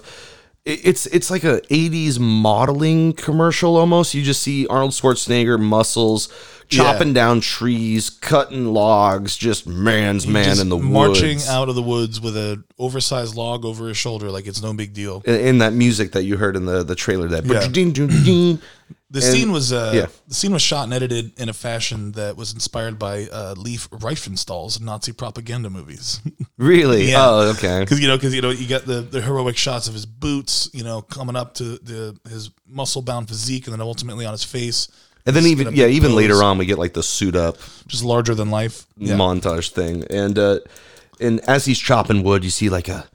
[SPEAKER 2] it- it's it's like a '80s modeling commercial almost. You just see Arnold Schwarzenegger muscles chopping
[SPEAKER 1] Yeah.
[SPEAKER 2] down trees, cutting logs, just man's man
[SPEAKER 1] Just
[SPEAKER 2] in the
[SPEAKER 1] marching
[SPEAKER 2] woods.
[SPEAKER 1] out of the woods with an oversized log over his shoulder, like it's no big deal.
[SPEAKER 2] in, in that music that you heard in the the trailer that
[SPEAKER 1] Yeah.
[SPEAKER 2] ding, ding, ding.
[SPEAKER 1] The
[SPEAKER 2] And-
[SPEAKER 1] scene was uh,
[SPEAKER 2] yeah.
[SPEAKER 1] the scene was shot and edited in a fashion that was inspired by uh, Leif Riefenstahl's Nazi propaganda movies.
[SPEAKER 2] really
[SPEAKER 1] Yeah.
[SPEAKER 2] oh okay
[SPEAKER 1] Because you know, because you know, you got the, the heroic shots of his boots, you know, coming up to the his muscle bound physique, and then ultimately on his face.
[SPEAKER 2] and then
[SPEAKER 1] He's
[SPEAKER 2] even
[SPEAKER 1] in a
[SPEAKER 2] yeah
[SPEAKER 1] big
[SPEAKER 2] even
[SPEAKER 1] pose,
[SPEAKER 2] later on we get like the suit up
[SPEAKER 1] just larger than life. Yeah.
[SPEAKER 2] montage thing and uh and as he's chopping wood you see like a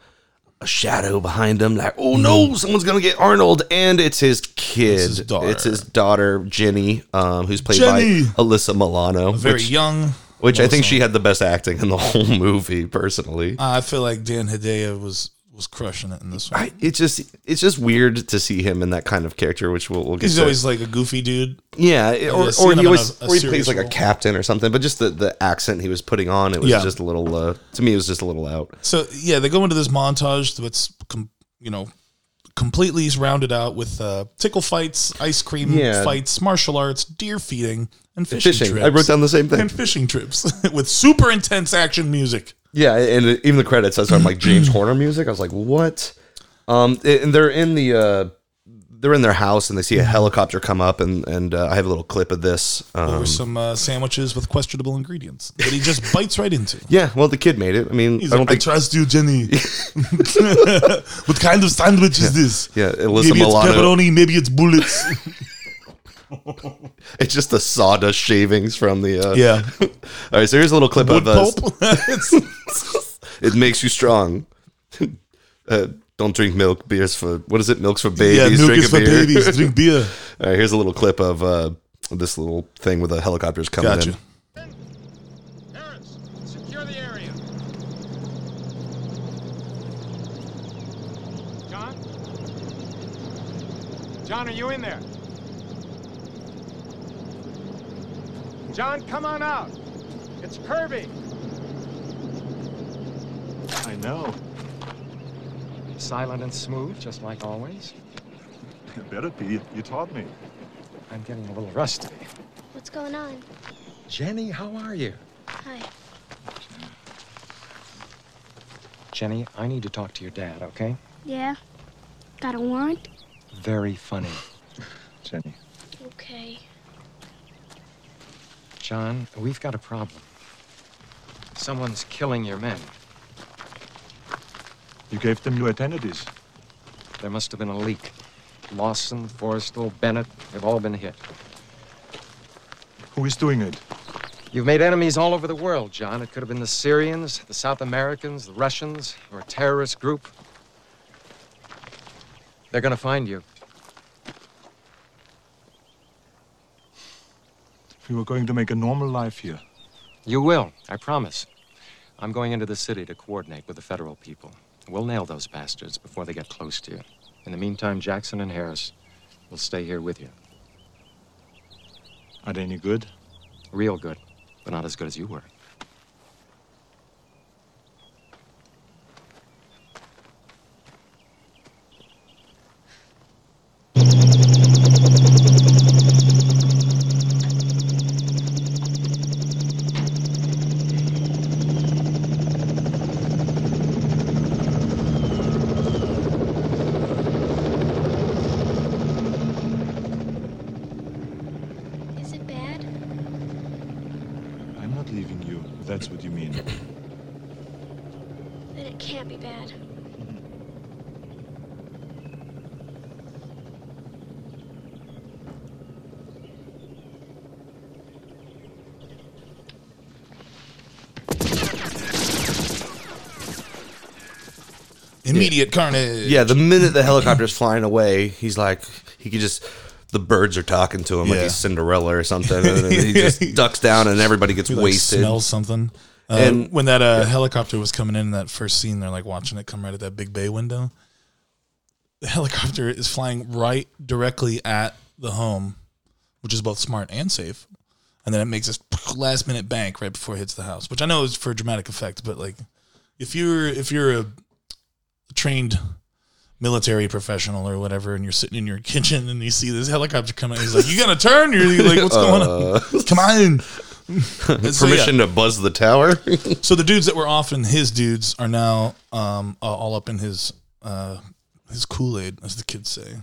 [SPEAKER 2] a shadow behind him like oh no someone's gonna get arnold and it's his kid
[SPEAKER 1] Mm-hmm. It's his daughter.
[SPEAKER 2] It's his daughter, jenny um who's played
[SPEAKER 1] Jenny!
[SPEAKER 2] by alyssa milano
[SPEAKER 1] very
[SPEAKER 2] which,
[SPEAKER 1] young.
[SPEAKER 2] which i think
[SPEAKER 1] Melissa.
[SPEAKER 2] she had the best acting in the whole movie personally
[SPEAKER 1] I feel like Dan Hedaya was was crushing it in this one.
[SPEAKER 2] I, it's just it's just weird to see him in that kind of character, which we'll, we'll get.
[SPEAKER 1] He's
[SPEAKER 2] to.
[SPEAKER 1] always like a goofy dude.
[SPEAKER 2] Yeah, it- or,
[SPEAKER 1] I've seen
[SPEAKER 2] or
[SPEAKER 1] him
[SPEAKER 2] he
[SPEAKER 1] in
[SPEAKER 2] always
[SPEAKER 1] a- a
[SPEAKER 2] or he plays
[SPEAKER 1] serious
[SPEAKER 2] like a
[SPEAKER 1] role.
[SPEAKER 2] captain or something, but just the, the accent he was putting on, it was
[SPEAKER 1] Yeah.
[SPEAKER 2] just a little. Uh, to me, it was just a little out.
[SPEAKER 1] So yeah, they go into this montage that's com- you know completely rounded out with uh, tickle fights, ice cream
[SPEAKER 2] Yeah.
[SPEAKER 1] fights, martial arts, deer feeding, and fishing.
[SPEAKER 2] Fishing.
[SPEAKER 1] Trips.
[SPEAKER 2] I wrote down the same thing.
[SPEAKER 1] and fishing trips with super intense action music.
[SPEAKER 2] Yeah, and it- even the credits. That's why I'm like James Horner music. I was like, what? Um, and they're in the uh, they're in their house, and they
[SPEAKER 1] Mm-hmm.
[SPEAKER 2] see a helicopter come up, and and uh, I have a little clip of this.
[SPEAKER 1] There
[SPEAKER 2] Um,
[SPEAKER 1] were some uh, sandwiches with questionable ingredients that he just bites right into.
[SPEAKER 2] yeah, well, the kid made it. I mean,
[SPEAKER 1] He's
[SPEAKER 2] I
[SPEAKER 1] like,
[SPEAKER 2] don't
[SPEAKER 1] I
[SPEAKER 2] think.
[SPEAKER 1] trust you, Jenny. what kind of sandwich is this?
[SPEAKER 2] yeah, Alyssa
[SPEAKER 1] maybe it's
[SPEAKER 2] Milano.
[SPEAKER 1] pepperoni, maybe it's bullets.
[SPEAKER 2] It's just the sawdust shavings from the. Uh,
[SPEAKER 1] yeah,
[SPEAKER 2] All right, so here's a little clip
[SPEAKER 1] wood
[SPEAKER 2] of us.
[SPEAKER 1] pulp. It's-
[SPEAKER 2] It makes you strong. uh, don't drink milk. Beers for what is it? Milks for
[SPEAKER 1] yeah,
[SPEAKER 2] babies.
[SPEAKER 1] milk
[SPEAKER 2] drink
[SPEAKER 1] is
[SPEAKER 2] a
[SPEAKER 1] for
[SPEAKER 2] beer.
[SPEAKER 1] babies. Drink beer.
[SPEAKER 2] All right, here's a little clip of uh, this little thing where the helicopter's coming
[SPEAKER 1] Gotcha.
[SPEAKER 2] in.
[SPEAKER 10] Parents, secure the area. John? John, are you in there? John, come on out. It's Kirby.
[SPEAKER 5] I know. Silent and smooth, just like always.
[SPEAKER 8] It better be. You, you taught me.
[SPEAKER 5] I'm getting a little rusty.
[SPEAKER 9] What's going on?
[SPEAKER 5] Jenny, how are you?
[SPEAKER 9] Hi.
[SPEAKER 5] Jenny, I need to talk to your dad, okay?
[SPEAKER 9] Yeah? Got a warrant?
[SPEAKER 5] Very funny.
[SPEAKER 8] Jenny.
[SPEAKER 9] Okay.
[SPEAKER 5] John, we've got a problem. Someone's killing your men.
[SPEAKER 8] You gave them new identities.
[SPEAKER 5] There must have been a leak. Lawson, Forrestal, Bennett, they've all been hit.
[SPEAKER 8] Who is doing it?
[SPEAKER 5] You've made enemies all over the world, John. It could have been the Syrians, the South Americans, the Russians, or a terrorist group. They're gonna find you.
[SPEAKER 8] We were going to make a normal life here.
[SPEAKER 5] You will, I promise. I'm going into the city to coordinate with the federal people. We'll nail those bastards before they get close to you. In the meantime, Jackson and Harris will stay here with you.
[SPEAKER 8] Are they any good?
[SPEAKER 5] Real good, but not as good as you were.
[SPEAKER 9] Is it bad?
[SPEAKER 8] I'm not leaving you. if That's what you mean.
[SPEAKER 9] Then it can't be bad.
[SPEAKER 1] Immediate carnage.
[SPEAKER 2] Yeah, the minute the helicopter's flying away, he's like, he could just, the birds are talking to him like
[SPEAKER 1] Yeah.
[SPEAKER 2] he's Cinderella or something. And then he just ducks down and everybody gets
[SPEAKER 1] He, like,
[SPEAKER 2] wasted.
[SPEAKER 1] smells something. Uh,
[SPEAKER 2] And-
[SPEAKER 1] when that uh, helicopter was coming in, that first scene, they're like watching it come right at that big bay window. The helicopter is flying right directly at the home, which is both smart and safe. And then it makes this last minute bank right before it hits the house, which I know is for dramatic effect, but like if you're if you're a trained military professional or whatever, and you're sitting in your kitchen and you see this helicopter coming, he's like, "You gotta turn!" You're like, "What's going on? Come on!"
[SPEAKER 2] Permission to buzz the tower.
[SPEAKER 1] so the dudes that were off and his dudes are now um, uh, all up in his uh, his Kool Aid, as the kids say.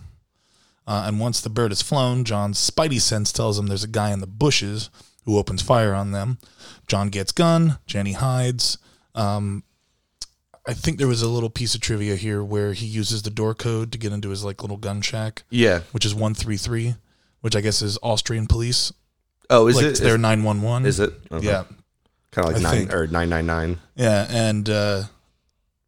[SPEAKER 1] Uh, and once the bird is flown, John's spidey sense tells him there's a guy in the bushes who opens fire on them. John gets gun. Jenny hides. Um, I think there was a little piece of trivia here where he uses the door code to get into his like little gun shack,
[SPEAKER 2] yeah.
[SPEAKER 1] which is one three three, which I guess is Austrian police.
[SPEAKER 2] Oh, is
[SPEAKER 1] like
[SPEAKER 2] it?
[SPEAKER 1] their nine one one?
[SPEAKER 2] is it? Okay.
[SPEAKER 1] Yeah.
[SPEAKER 2] Kind of
[SPEAKER 1] I
[SPEAKER 2] like nine
[SPEAKER 1] think.
[SPEAKER 2] or nine nine nine.
[SPEAKER 1] Yeah, and uh,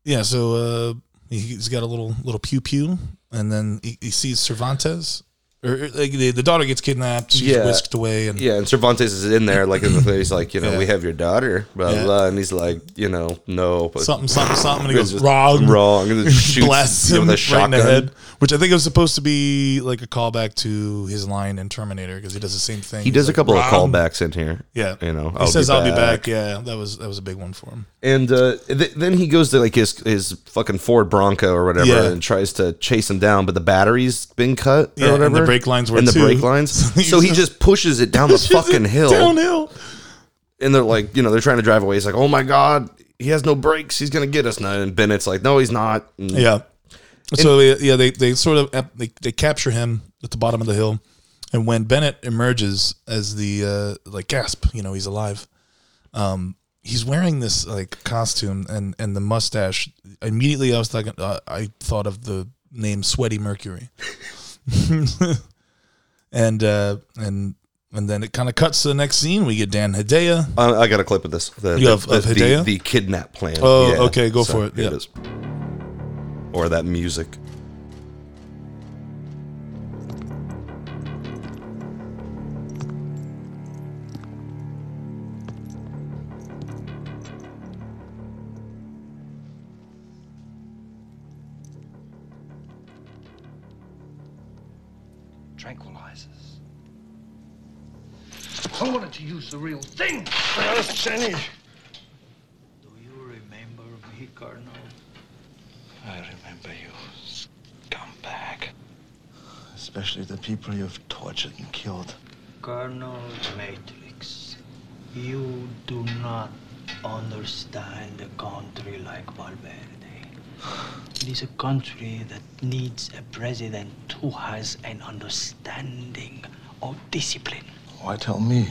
[SPEAKER 1] yeah, so uh, he- he's got a little little pew pew, and then he, he sees Cervantes, or or, like the, the daughter gets kidnapped, she's
[SPEAKER 2] Yeah.
[SPEAKER 1] whisked away, and
[SPEAKER 2] Yeah, and Cervantes is in there, like in the face, like you know,
[SPEAKER 1] Yeah.
[SPEAKER 2] we have your daughter, blah
[SPEAKER 1] Yeah.
[SPEAKER 2] blah, and he's like, you know, no, but
[SPEAKER 1] something something something, and he
[SPEAKER 2] It's
[SPEAKER 1] goes
[SPEAKER 2] just
[SPEAKER 1] wrong,
[SPEAKER 2] wrong, and then shoots
[SPEAKER 1] blasts
[SPEAKER 2] him
[SPEAKER 1] him
[SPEAKER 2] with a
[SPEAKER 1] right in the
[SPEAKER 2] shotgun.
[SPEAKER 1] head, which I think was supposed to be like a callback to his line in Terminator because he does the same thing.
[SPEAKER 2] He
[SPEAKER 1] He's
[SPEAKER 2] does a
[SPEAKER 1] like,
[SPEAKER 2] couple
[SPEAKER 1] "Wrong."
[SPEAKER 2] of callbacks in here.
[SPEAKER 1] Yeah,
[SPEAKER 2] you know,
[SPEAKER 1] he
[SPEAKER 2] "I'll
[SPEAKER 1] says I'll be back. Yeah, that was that was a big one for him.
[SPEAKER 2] And uh, th- then he goes to like his his fucking Ford Bronco or whatever,
[SPEAKER 1] Yeah.
[SPEAKER 2] and tries to chase him down, but the battery's been cut
[SPEAKER 1] Yeah,
[SPEAKER 2] or
[SPEAKER 1] and
[SPEAKER 2] whatever.
[SPEAKER 1] the brake lines were
[SPEAKER 2] and the
[SPEAKER 1] too.
[SPEAKER 2] brake lines.
[SPEAKER 1] he
[SPEAKER 2] so he just pushes it down the fucking hill,
[SPEAKER 1] downhill.
[SPEAKER 2] and they're like, you know, they're trying to drive away. He's like, oh my god, he has no brakes, he's gonna get us. now. And Bennett's like, no, he's not. And
[SPEAKER 1] Yeah. So they- yeah, they they sort of ep- they, they capture him at the bottom of the hill, and when Bennett emerges as the uh, like gasp, you know he's alive. Um, he's wearing this like costume and and the mustache. Immediately, I was thinking, uh, I thought of the name Sweaty Mercury, and uh, and and then it kind of cuts to the next scene. We get Dan Hedaya.
[SPEAKER 2] I, I got a clip of this. The,
[SPEAKER 1] You have-
[SPEAKER 2] the,
[SPEAKER 1] of
[SPEAKER 2] the-
[SPEAKER 1] Hideo?
[SPEAKER 2] the kidnap plan.
[SPEAKER 1] Oh, okay, go for it,
[SPEAKER 2] here
[SPEAKER 1] yeah.
[SPEAKER 2] is. Or that music.
[SPEAKER 4] Tranquilizes. I wanted to use the real thing. Jenny.
[SPEAKER 6] Do you remember me, Colonel?
[SPEAKER 4] I remember you, scumbag.
[SPEAKER 8] Especially the people you've tortured and killed.
[SPEAKER 6] Colonel Matrix, you do not understand a country like Valverde. It is a country that needs a president who has an understanding of discipline.
[SPEAKER 8] Why tell me?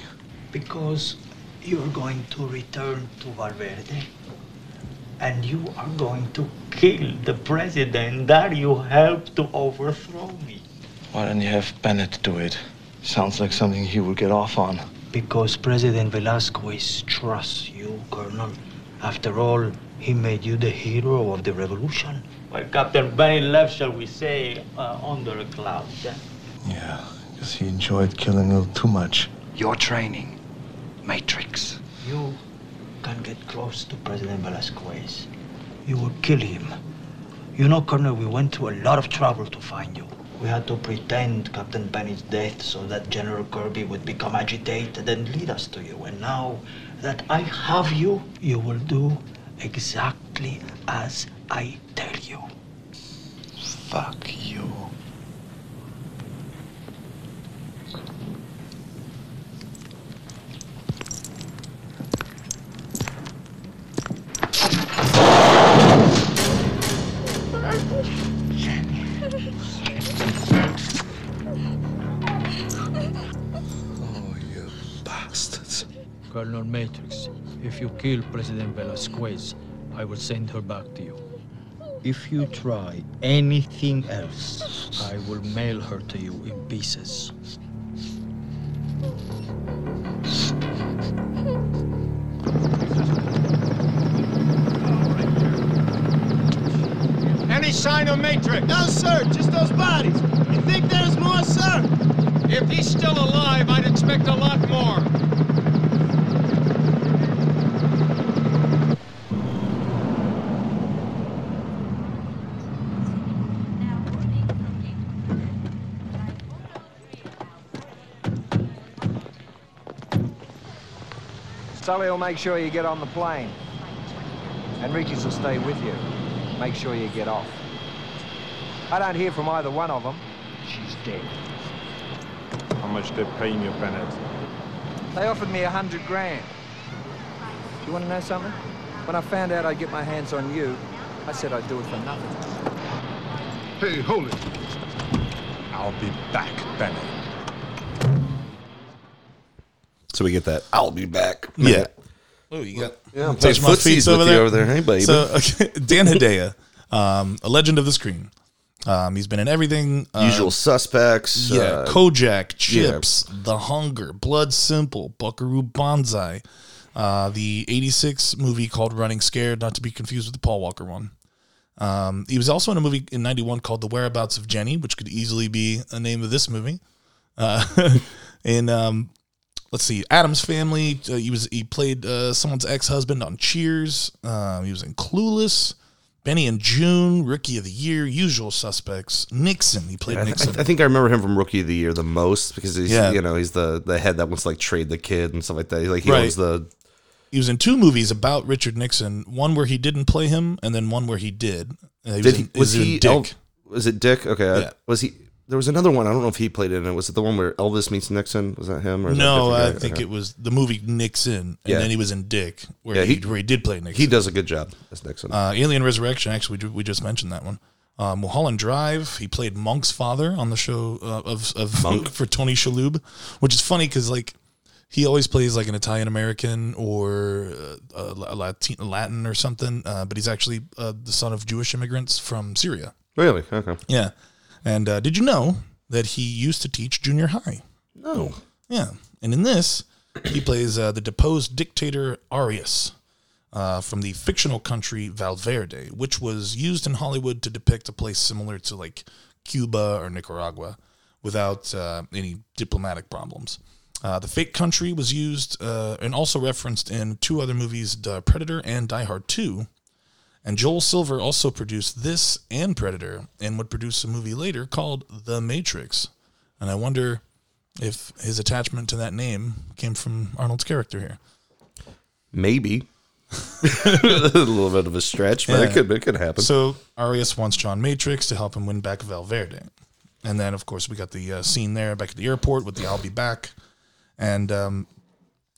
[SPEAKER 6] Because you're going to return to Valverde and you are going to kill the president that you helped to overthrow me.
[SPEAKER 8] Why don't you have Bennett do it? Sounds like something he would get off on.
[SPEAKER 6] Because President Velasquez trusts you, Colonel. After all, he made you the hero of the revolution. Well, Captain Benny left, shall we say, uh, under a cloud.
[SPEAKER 8] Yeah, because he enjoyed killing a little too much.
[SPEAKER 4] Your training, Matrix.
[SPEAKER 6] You can get close to President Velasquez. You will kill him. You know, Colonel, we went to a lot of trouble to find you. We had to pretend Captain Benny's death so that General Kirby would become agitated and lead us to you. And now that I have you, you will do exactly as I tell you.
[SPEAKER 8] Fuck you. Oh, you bastards.
[SPEAKER 6] Colonel Matrix, if you kill President Velasquez, I will send her back to you. If you try anything else, I will mail her to you in pieces.
[SPEAKER 10] Any sign of Matrix? No, sir. Just those bodies. You think there's more, sir? If he's still alive, I'd expect a lot more.
[SPEAKER 11] Sully will make sure you get on the plane. Enriquez will stay with you. Make sure you get off. I don't hear from either one of them. She's dead.
[SPEAKER 12] How much they're paying you, Bennett?
[SPEAKER 11] They offered me a hundred grand. Do you want to know something? When I found out I'd get my hands on you, I said I'd do it for nothing.
[SPEAKER 12] Hey, hold it. I'll be back, Bennett.
[SPEAKER 2] So we get that. I'll be back.
[SPEAKER 1] Yeah. Oh, you got
[SPEAKER 2] yeah.
[SPEAKER 1] touch
[SPEAKER 2] Touch
[SPEAKER 1] my feet over there.
[SPEAKER 2] over there. Hey, baby.
[SPEAKER 1] So okay, Dan Hedaya, um, a legend of the screen. Um, he's been in everything. uh,
[SPEAKER 2] Usual suspects.
[SPEAKER 1] Yeah,
[SPEAKER 2] uh,
[SPEAKER 1] Kojak,
[SPEAKER 2] yeah.
[SPEAKER 1] Chips, The Hunger, Blood Simple, Buckaroo Banzai, uh, the '86 movie called Running Scared, not to be confused with the Paul Walker one. Um, he was also in a movie in '91 called The Whereabouts of Jenny, which could easily be a name of this movie. Uh, and um, let's see, Adam's Family. Uh, he was he played uh, someone's ex husband on Cheers. Um, he was in Clueless. Benny and June, Rookie of the Year, Usual Suspects, Nixon. He played
[SPEAKER 2] I, th-
[SPEAKER 1] Nixon.
[SPEAKER 2] I think I remember him from Rookie of the Year the most because he's
[SPEAKER 1] Yeah.
[SPEAKER 2] you know he's the the head that wants to like trade the kid and stuff like that. He's like he
[SPEAKER 1] Right.
[SPEAKER 2] owns the
[SPEAKER 1] he was in two movies about Richard Nixon. One where he didn't play him, and then one where he did. Uh,
[SPEAKER 2] did
[SPEAKER 1] in-
[SPEAKER 2] he was
[SPEAKER 1] in
[SPEAKER 2] he
[SPEAKER 1] Dick?
[SPEAKER 2] El- was it Dick? Okay, I-
[SPEAKER 1] Yeah.
[SPEAKER 2] was he? There was another one. I don't know if he played in it. Was it the one where Elvis meets Nixon? Was that him? Or is that a
[SPEAKER 1] no, I
[SPEAKER 2] different guy?
[SPEAKER 1] think
[SPEAKER 2] Okay.
[SPEAKER 1] it was the movie Nixon, and
[SPEAKER 2] Yeah.
[SPEAKER 1] then he was in Dick, where
[SPEAKER 2] Yeah,
[SPEAKER 1] he,
[SPEAKER 2] he-
[SPEAKER 1] where he did play Nixon.
[SPEAKER 2] He does a good job as Nixon.
[SPEAKER 1] Uh, Alien Resurrection. Actually, we ju- we just mentioned that one. Uh, Mulholland Drive. He played Monk's father on the show uh, of of
[SPEAKER 2] Monk.
[SPEAKER 1] for Tony Shalhoub, which is funny because like he always plays like an Italian American or uh, a La- Latin Latin or something, uh, but he's actually uh, the son of Jewish immigrants from Syria.
[SPEAKER 2] really? Okay.
[SPEAKER 1] Yeah. And uh, did you know that he used to teach junior high?
[SPEAKER 2] No.
[SPEAKER 1] Yeah. And in this, he plays uh, the deposed dictator Arius uh, from the fictional country Valverde, which was used in Hollywood to depict a place similar to like Cuba or Nicaragua without uh, any diplomatic problems. Uh, the fake country was used uh, and also referenced in two other movies, The Predator and Die Hard 2. And Joel Silver also produced this and Predator and would produce a movie later called The Matrix. And I wonder if his attachment to that name came from Arnold's character here.
[SPEAKER 2] Maybe. a little bit of a stretch, but it
[SPEAKER 1] Yeah.
[SPEAKER 2] could it could happen.
[SPEAKER 1] So Arias wants John Matrix to help him win back Valverde. And then, of course, we got the uh, scene there back at the airport with the I'll be back. And um,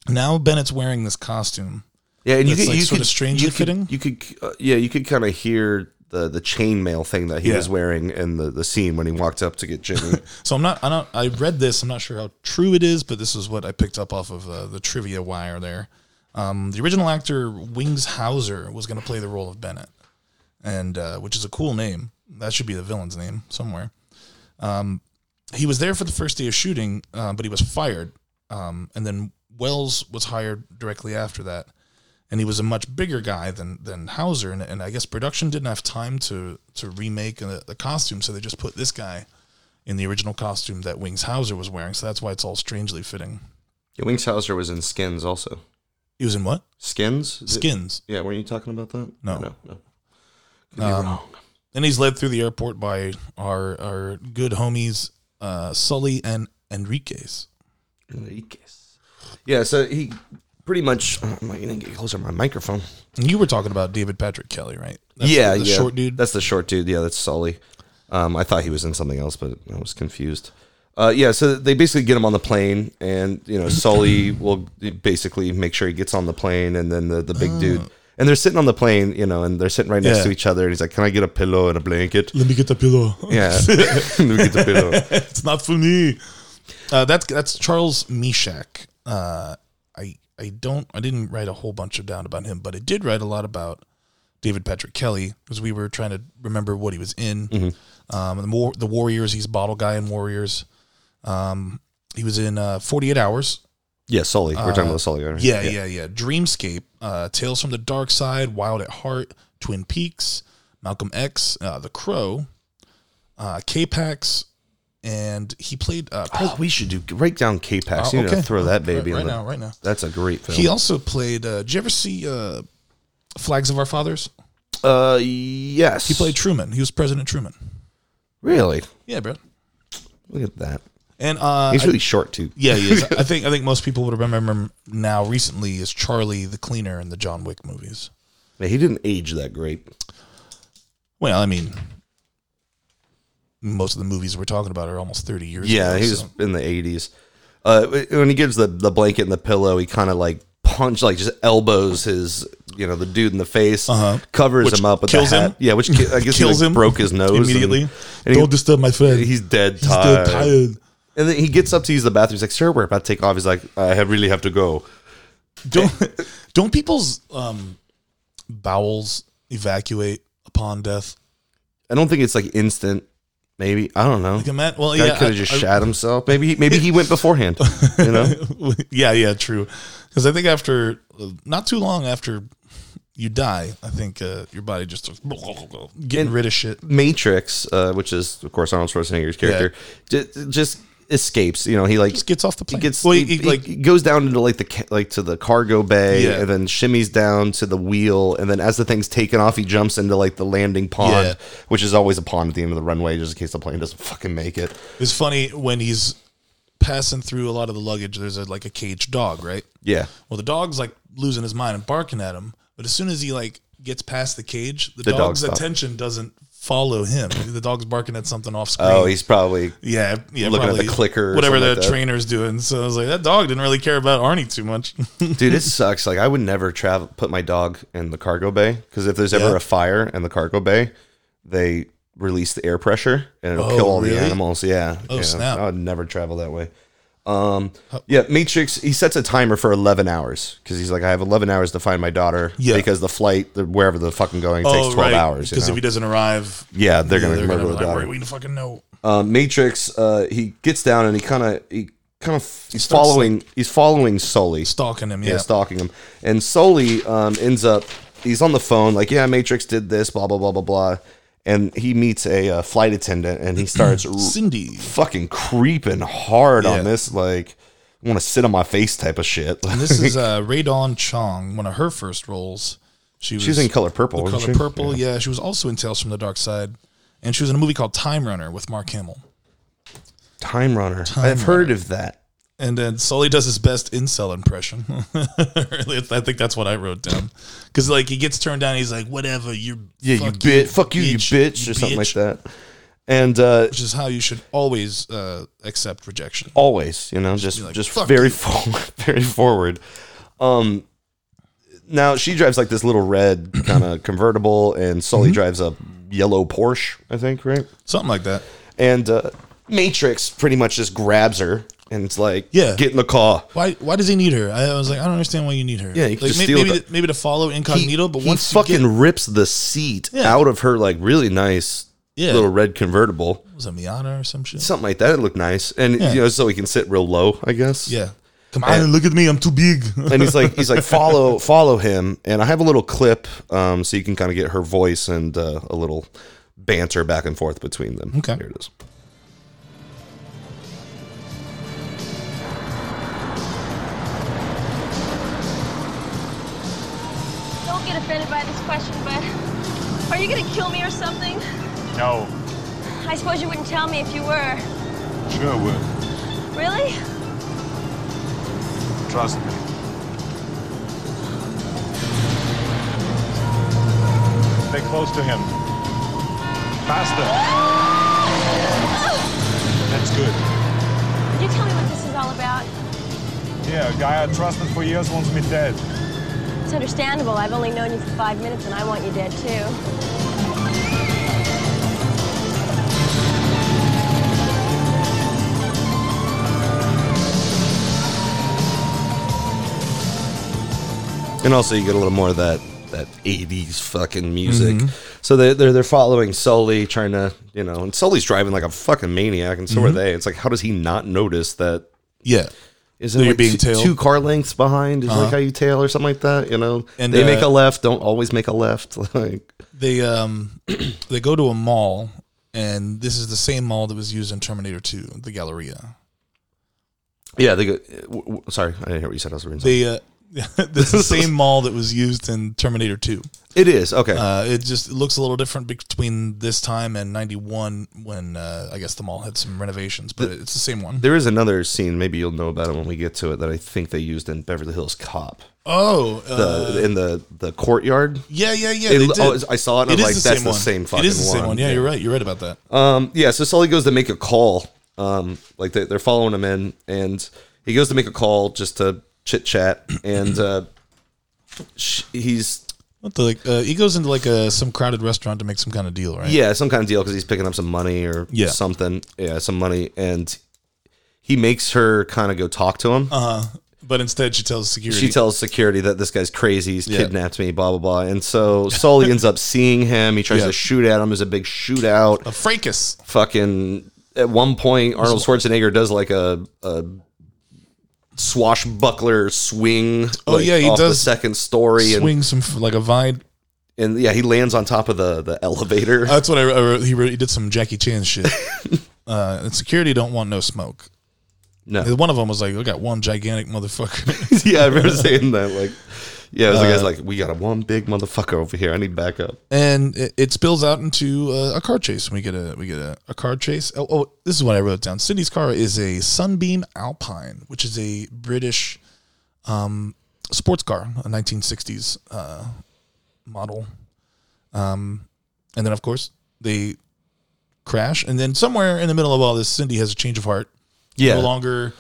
[SPEAKER 1] now Bennett's wearing this costume.
[SPEAKER 2] Yeah, and you
[SPEAKER 1] that's,
[SPEAKER 2] could,
[SPEAKER 1] like,
[SPEAKER 2] you
[SPEAKER 1] sort
[SPEAKER 2] could,
[SPEAKER 1] of strangely
[SPEAKER 2] you could,
[SPEAKER 1] fitting.
[SPEAKER 2] You could, uh, yeah, you could kind of hear the the chainmail thing that he
[SPEAKER 1] Yeah.
[SPEAKER 2] was wearing in the, the scene when he walked up to get Jimmy.
[SPEAKER 1] So I'm not, I don't, I read this. I'm not sure how true it is, but this is what I picked up off of uh, the trivia wire there. Um, the original actor Wings Hauser was going to play the role of Bennett, and uh, which is a cool name. That should be the villain's name somewhere. Um, he was there for the first day of shooting, uh, but he was fired. Um, and then Wells was hired directly after that, and he was a much bigger guy than than Hauser. And, and I guess production didn't have time to to remake uh, the, the costume, so they just put this guy in the original costume that Wings Hauser was wearing. So that's why it's all strangely fitting.
[SPEAKER 2] yeah, Wings Hauser was in Skins also.
[SPEAKER 1] He was in what?
[SPEAKER 2] Skins. Is it-
[SPEAKER 1] Skins.
[SPEAKER 2] yeah, were you talking about that?
[SPEAKER 1] No.
[SPEAKER 2] no, no.
[SPEAKER 1] Um, And he's led through the airport by our our good homies uh, Sully and Enriquez.
[SPEAKER 2] Enriquez. Yeah, so he pretty much. I'm not gonna get closer to my microphone.
[SPEAKER 1] And you were talking about David Patrick Kelly, right?
[SPEAKER 2] yeah,
[SPEAKER 1] the, the
[SPEAKER 2] yeah.
[SPEAKER 1] short dude.
[SPEAKER 2] That's the short dude. Yeah, that's Sully. Um, I thought he was in something else, but I was confused. Uh, yeah, so they basically get him on the plane, and you know Sully will basically make sure he gets on the plane, and then the the big dude, and they're sitting on the plane, you know, and they're sitting right next
[SPEAKER 1] Yeah.
[SPEAKER 2] to each other, and he's like, "Can I get a pillow and a blanket?"
[SPEAKER 1] Let me get the pillow.
[SPEAKER 2] yeah, Let me get the pillow.
[SPEAKER 1] it's not for me. Uh, that's that's Charles Meshack. Uh, I I don't I didn't write a whole bunch of down about him, but I did write a lot about David Patrick Kelly because we were trying to remember what he was in. Um, the more the Warriors, he's bottle guy in Warriors. Um, he was in uh, Forty Eight Hours.
[SPEAKER 2] Yeah, Sully. We're talking
[SPEAKER 1] Uh,
[SPEAKER 2] about Sully, right?
[SPEAKER 1] Yeah, yeah, yeah. Dreamscape, uh, Tales from the Dark Side, Wild at Heart, Twin Peaks, Malcolm X, uh, The Crow, uh, K-Pax, and he played. Uh, Pres-
[SPEAKER 2] Oh, we should do write down K-Pax.
[SPEAKER 1] Oh,
[SPEAKER 2] you know,
[SPEAKER 1] okay.
[SPEAKER 2] throw that baby
[SPEAKER 1] Right-
[SPEAKER 2] in
[SPEAKER 1] right
[SPEAKER 2] the-
[SPEAKER 1] now, right now.
[SPEAKER 2] That's a great film.
[SPEAKER 1] He also played. Uh, did you ever see uh, Flags of Our Fathers?
[SPEAKER 2] uh, yes,
[SPEAKER 1] He played Truman. He was President Truman.
[SPEAKER 2] Really?
[SPEAKER 1] Yeah, bro.
[SPEAKER 2] Look at that.
[SPEAKER 1] And uh,
[SPEAKER 2] He's
[SPEAKER 1] I-
[SPEAKER 2] really short, too.
[SPEAKER 1] Yeah, he is. I think I think most people would remember him now recently as Charlie the cleaner in the John Wick movies.
[SPEAKER 2] he didn't age that great.
[SPEAKER 1] Well, I mean, most of the movies we're talking about are almost thirty years.
[SPEAKER 2] Yeah,
[SPEAKER 1] ago,
[SPEAKER 2] he was
[SPEAKER 1] so-
[SPEAKER 2] in the eighties. Uh, wh- when he gives the the blanket and the pillow, he kind of like punch, like just elbows his, you know, the dude in the face,
[SPEAKER 1] Uh-huh.
[SPEAKER 2] covers
[SPEAKER 1] Which
[SPEAKER 2] him up with
[SPEAKER 1] kills
[SPEAKER 2] the hat.
[SPEAKER 1] him?
[SPEAKER 2] Yeah, which ki- I guess
[SPEAKER 1] Kills
[SPEAKER 2] he like,
[SPEAKER 1] him
[SPEAKER 2] broke his nose
[SPEAKER 1] immediately.
[SPEAKER 2] and- and he-
[SPEAKER 1] Don't disturb my friend.
[SPEAKER 2] He's dead
[SPEAKER 1] He's
[SPEAKER 2] tired.
[SPEAKER 1] dead tired.
[SPEAKER 2] And then he gets up to use the bathroom. He's like, "Sir, we're about to take off." He's like, "I have- really have to go."
[SPEAKER 1] Don't don't people's um, bowels evacuate upon death?
[SPEAKER 2] I don't think it's like instant. Maybe I don't know.
[SPEAKER 1] Like a man- well,
[SPEAKER 2] Guy
[SPEAKER 1] yeah,
[SPEAKER 2] could
[SPEAKER 1] I-
[SPEAKER 2] have just
[SPEAKER 1] I-
[SPEAKER 2] shat himself. Maybe he, maybe he went beforehand. You know,
[SPEAKER 1] yeah, yeah, true. Because I think after not too long after you die, I think uh, your body just starts getting
[SPEAKER 2] And
[SPEAKER 1] rid of shit.
[SPEAKER 2] Matrix, uh, which is of course Arnold Schwarzenegger's character, ju- just escapes. You know, he like
[SPEAKER 1] Just gets off the plane.
[SPEAKER 2] He gets
[SPEAKER 1] Well, he-
[SPEAKER 2] he,
[SPEAKER 1] he, like-
[SPEAKER 2] he goes down into like the ca- like to the cargo bay,
[SPEAKER 1] Yeah.
[SPEAKER 2] and then shimmies down to the wheel, and then as the thing's taken off, he jumps into like the landing pond,
[SPEAKER 1] Yeah.
[SPEAKER 2] which is always a pond at the end of the runway, just in case the plane doesn't fucking make it.
[SPEAKER 1] It's funny when he's passing through a lot of the luggage. There's a, like a caged dog, right?
[SPEAKER 2] Yeah.
[SPEAKER 1] Well, the dog's like losing his mind and barking at him, but as soon as he like gets past the cage, the,
[SPEAKER 2] The dog
[SPEAKER 1] dog's
[SPEAKER 2] stops.
[SPEAKER 1] attention doesn't follow him. The dog's barking at something off screen.
[SPEAKER 2] Oh, he's probably
[SPEAKER 1] yeah, yeah,
[SPEAKER 2] looking
[SPEAKER 1] probably
[SPEAKER 2] at the clicker, or
[SPEAKER 1] whatever
[SPEAKER 2] something
[SPEAKER 1] the
[SPEAKER 2] like that.
[SPEAKER 1] trainer's doing. So I was like, that dog didn't really care about Arnie too much.
[SPEAKER 2] Dude, it sucks. Like I would never travel put my dog in the cargo bay because if there's ever
[SPEAKER 1] Yeah.
[SPEAKER 2] a fire in the cargo bay, they release the air pressure and it'll
[SPEAKER 1] Oh,
[SPEAKER 2] kill all the
[SPEAKER 1] really?
[SPEAKER 2] animals. Yeah.
[SPEAKER 1] Oh,
[SPEAKER 2] yeah.
[SPEAKER 1] snap.
[SPEAKER 2] I would never travel that way. Um, yeah, Matrix. He sets a timer for eleven hours because he's like, I have eleven hours to find my daughter.
[SPEAKER 1] Yeah.
[SPEAKER 2] because the flight, the, wherever the fucking going, takes twelve hours. you
[SPEAKER 1] Because
[SPEAKER 2] know?
[SPEAKER 1] Oh, if he doesn't arrive,
[SPEAKER 2] Yeah, they're gonna murder
[SPEAKER 1] be
[SPEAKER 2] the
[SPEAKER 1] like,
[SPEAKER 2] daughter.
[SPEAKER 1] "Wait, we fucking know.
[SPEAKER 2] uh, Matrix, uh, he gets down and he kind of he kind of he's
[SPEAKER 1] starts-
[SPEAKER 2] following he's following Sully,
[SPEAKER 1] Stalking him,
[SPEAKER 2] yeah,
[SPEAKER 1] yeah.
[SPEAKER 2] stalking him, and Sully um, ends up he's on the phone like yeah Matrix did this blah blah blah blah blah, and he meets a uh, flight attendant and he starts r-
[SPEAKER 1] Cindy.
[SPEAKER 2] fucking creeping hard
[SPEAKER 1] Yeah.
[SPEAKER 2] on this like I want to sit on my face type of shit.
[SPEAKER 1] And this is uh, Radon Chong, one of her first roles. She was,
[SPEAKER 2] She was in Color Purple,
[SPEAKER 1] The
[SPEAKER 2] wasn't
[SPEAKER 1] Color
[SPEAKER 2] she?
[SPEAKER 1] Purple, yeah. She was also in Tales from the Dark Side, and she was in a movie called Time Runner with Mark Hamill.
[SPEAKER 2] Time Runner.
[SPEAKER 1] Time
[SPEAKER 2] I've heard of that.
[SPEAKER 1] And then Sully does his best incel impression. Really, I think that's what I wrote down because like he gets turned down. He's like, "Whatever, you're
[SPEAKER 2] Yeah, you bit. Fuck you, you bitch, or something like that. And uh,
[SPEAKER 1] Which is how you should always uh, accept rejection.
[SPEAKER 2] Oh. always you know just
[SPEAKER 1] be like,
[SPEAKER 2] just
[SPEAKER 1] "Fuck
[SPEAKER 2] very
[SPEAKER 1] you."
[SPEAKER 2] forward very forward um now she drives like this little red kind of convertible and sully
[SPEAKER 1] Mm-hmm.
[SPEAKER 2] drives a yellow porsche i think right
[SPEAKER 1] Something like that.
[SPEAKER 2] and uh matrix pretty much just grabs her and it's like
[SPEAKER 1] Yeah.
[SPEAKER 2] get in the car
[SPEAKER 1] Why? Why does he need her? I was like, I don't understand why you need her.
[SPEAKER 2] Yeah, you could
[SPEAKER 1] like,
[SPEAKER 2] just
[SPEAKER 1] may-
[SPEAKER 2] steal
[SPEAKER 1] maybe
[SPEAKER 2] the-
[SPEAKER 1] to- maybe to follow incognito, but
[SPEAKER 2] he
[SPEAKER 1] once you
[SPEAKER 2] fucking
[SPEAKER 1] get,
[SPEAKER 2] rips the seat
[SPEAKER 1] Yeah.
[SPEAKER 2] out of her like really nice
[SPEAKER 1] Yeah.
[SPEAKER 2] little red convertible
[SPEAKER 1] was it Miata or some shit?
[SPEAKER 2] something like that it looked nice and
[SPEAKER 1] Yeah.
[SPEAKER 2] you know so he can sit real low i guess
[SPEAKER 1] Yeah, come on and look at me, I'm too big.
[SPEAKER 2] and he's like he's like follow follow him and i have a little clip um so you can kind of get her voice and uh, a little banter back and forth between them
[SPEAKER 1] Okay.
[SPEAKER 2] here it is
[SPEAKER 9] Don't get offended by this question, but are you gonna kill me or something?
[SPEAKER 12] No,
[SPEAKER 9] I suppose you wouldn't tell me if you were.
[SPEAKER 12] sure would.
[SPEAKER 9] Really?
[SPEAKER 12] Trust me. Stay close to him. Faster. That's good.
[SPEAKER 9] Could you tell me what this is all about?
[SPEAKER 12] Yeah, a guy I trusted for years wants me dead.
[SPEAKER 9] It's understandable. I've only known you for five minutes and I want you dead too.
[SPEAKER 2] and also you get a little more of that that 80s fucking music
[SPEAKER 1] Mm-hmm.
[SPEAKER 2] so they're, they're they're following sully trying to you know and sully's driving like a fucking maniac and so are
[SPEAKER 1] Mhm.
[SPEAKER 2] they it's like how does he not notice that
[SPEAKER 1] yeah,
[SPEAKER 2] is
[SPEAKER 1] That
[SPEAKER 2] it
[SPEAKER 1] you're
[SPEAKER 2] like
[SPEAKER 1] being
[SPEAKER 2] two,
[SPEAKER 1] tailed?
[SPEAKER 2] two car lengths behind is
[SPEAKER 1] Uh-huh.
[SPEAKER 2] like how you tail or something like that you know
[SPEAKER 1] And,
[SPEAKER 2] and they make
[SPEAKER 1] uh,
[SPEAKER 2] a left don't always make a left like
[SPEAKER 1] they um they go to a mall, and this is the same mall that was used in Terminator Two, the Galleria.
[SPEAKER 2] yeah they go w- w- sorry i didn't hear what you said i was reading something.
[SPEAKER 1] They uh, it's the same mall that was used in Terminator 2.
[SPEAKER 2] It is okay.
[SPEAKER 1] Uh, it just it looks a little different between this time and '91, when uh, I guess the mall had some renovations, but it's the same one.
[SPEAKER 2] There is another scene. Maybe you'll know about it when we get to it. That I think they used in Beverly Hills Cop.
[SPEAKER 1] Oh,
[SPEAKER 2] The- in the the courtyard.
[SPEAKER 1] Yeah, yeah, yeah.
[SPEAKER 2] It-
[SPEAKER 1] they did.
[SPEAKER 2] oh, I saw it. And I
[SPEAKER 1] is
[SPEAKER 2] was like, that's the
[SPEAKER 1] one.
[SPEAKER 2] same fucking
[SPEAKER 1] It is the same
[SPEAKER 2] one.
[SPEAKER 1] one. Yeah, you're right. You're right about that.
[SPEAKER 2] Um, yeah, so Sully goes to make a call. Um, like they, they're following him in, and he goes to make a call just to chit chat. And uh, sh- he's
[SPEAKER 1] What the, like, uh, he goes into like a some crowded restaurant to make some kind of deal, right?
[SPEAKER 2] yeah, some kind of deal because he's picking up some money or
[SPEAKER 1] Yeah.
[SPEAKER 2] something. Yeah, some money, and he makes her kind of go talk to him.
[SPEAKER 1] Uh, but instead, she tells security.
[SPEAKER 2] She tells security that this guy's crazy. He's
[SPEAKER 1] Yeah.
[SPEAKER 2] kidnapped me. Blah blah blah. And so Sully ends up seeing him. He tries
[SPEAKER 1] Yeah.
[SPEAKER 2] to shoot at him. There's a big shootout.
[SPEAKER 1] a fracas.
[SPEAKER 2] fucking at one point Arnold Schwarzenegger does like a, a swashbuckler swing.
[SPEAKER 1] Oh,
[SPEAKER 2] like,
[SPEAKER 1] yeah, he
[SPEAKER 2] off the
[SPEAKER 1] does
[SPEAKER 2] second story and
[SPEAKER 1] Swings some f- like a vine.
[SPEAKER 2] and yeah, he lands on top of the the elevator.
[SPEAKER 1] That's what I, I wrote. He, wrote, he did some Jackie Chan shit. uh, and security don't want no smoke.
[SPEAKER 2] No.
[SPEAKER 1] And One of them was like, "I got one gigantic motherfucker."
[SPEAKER 2] yeah, I remember saying that. Like, yeah, the guy's
[SPEAKER 1] Uh,
[SPEAKER 2] like, we got a one big motherfucker over here. I need backup.
[SPEAKER 1] and it, it spills out into uh, a car chase. We get a we get a, a car chase. Oh, oh, this is what I wrote down. Cindy's car is a Sunbeam Alpine, which is a British um, sports car, a 1960s uh, model. Um, and then of course they crash, and then somewhere in the middle of all this, Cindy has a change of heart.
[SPEAKER 2] Yeah.
[SPEAKER 1] no longer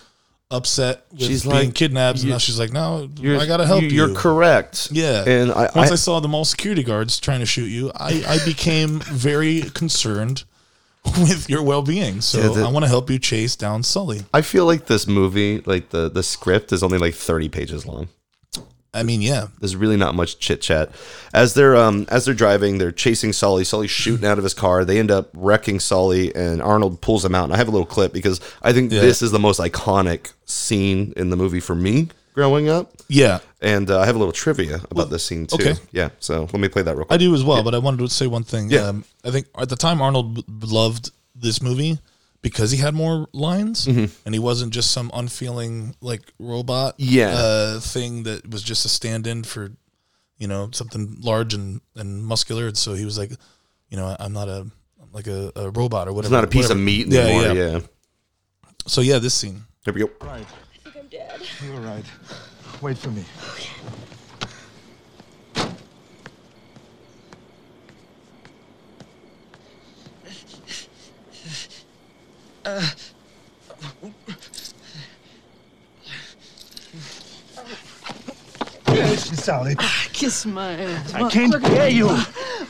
[SPEAKER 1] upset with
[SPEAKER 2] She's
[SPEAKER 1] being
[SPEAKER 2] like,
[SPEAKER 1] kidnapped, and
[SPEAKER 2] "You-
[SPEAKER 1] now she's like, "No,
[SPEAKER 2] you're-
[SPEAKER 1] I gotta help you."
[SPEAKER 2] you- you're correct.
[SPEAKER 1] Yeah,
[SPEAKER 2] And I-
[SPEAKER 1] once
[SPEAKER 2] I-
[SPEAKER 1] I saw the mall security guards trying to shoot you, I, I became very concerned with your well being. So
[SPEAKER 2] Yeah, the-
[SPEAKER 1] I want to help you chase down Sully.
[SPEAKER 2] I feel like this movie, like the the script, is only like thirty pages long.
[SPEAKER 1] I mean, yeah,
[SPEAKER 2] There's really not much chit chat. As they're um as they're driving, they're chasing Sully. Sully's shooting out of his car. They end up wrecking Sully, and Arnold pulls him out. And I have a little clip because I think
[SPEAKER 1] Yeah.
[SPEAKER 2] this is the most iconic scene in the movie for me growing up.
[SPEAKER 1] yeah,
[SPEAKER 2] And uh, I have a little trivia about this scene too.
[SPEAKER 1] okay.
[SPEAKER 2] Yeah. So let me play that real quick.
[SPEAKER 1] I do as well. But I wanted to say one thing.
[SPEAKER 2] Yeah.
[SPEAKER 1] Um, I think at the time Arnold b- loved this movie because he had more lines
[SPEAKER 2] Mm-hmm.
[SPEAKER 1] and he wasn't just some unfeeling like robot
[SPEAKER 2] Yeah.
[SPEAKER 1] uh, thing that was just a stand-in for you know something large and, and muscular and so he was like you know i'm not a like a, a robot or
[SPEAKER 2] It's
[SPEAKER 1] whatever
[SPEAKER 2] not a piece
[SPEAKER 1] whatever.
[SPEAKER 2] of meat anymore. Yeah,
[SPEAKER 1] so yeah this scene
[SPEAKER 2] Here we go.
[SPEAKER 11] Right. I think I'm dead. You're right. Wait for me.
[SPEAKER 10] Uh,
[SPEAKER 13] Listen, Sally.
[SPEAKER 7] Kiss my ass.
[SPEAKER 13] I can't
[SPEAKER 7] Look at
[SPEAKER 13] bear
[SPEAKER 7] me.
[SPEAKER 13] you.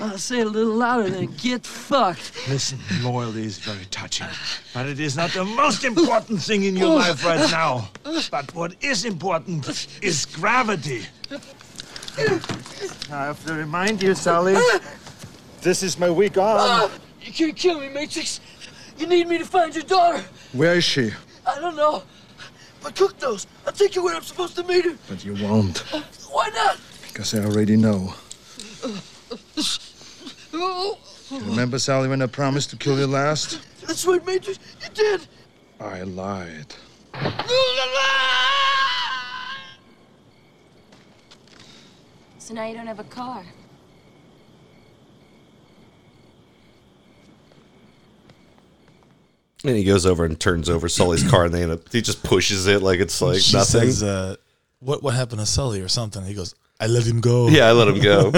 [SPEAKER 7] I'll say it a little louder than get fucked.
[SPEAKER 13] Listen, loyalty is very touching, but it is not the most important thing in your life right now. But what is important is gravity. I have to remind you, Sally, this is my weak arm.
[SPEAKER 7] Ah, you can't kill me, Matrix. You need me to find your daughter.
[SPEAKER 12] Where is she?
[SPEAKER 7] I don't know. But cook those. I'll take you where I'm supposed to meet her.
[SPEAKER 12] But you won't,
[SPEAKER 7] Why not?
[SPEAKER 12] because I already know.
[SPEAKER 7] Oh,
[SPEAKER 12] You remember, Sally, when I promised to kill you last?
[SPEAKER 7] that's right, Matrix. You did.
[SPEAKER 12] I lied.
[SPEAKER 9] So now you don't have a car.
[SPEAKER 2] And he goes over and turns over Sully's car, and they end up. He just pushes it like it's like
[SPEAKER 1] she
[SPEAKER 2] nothing.
[SPEAKER 1] says uh, what what happened to sully or something he goes i let him go
[SPEAKER 2] Yeah, I let him go.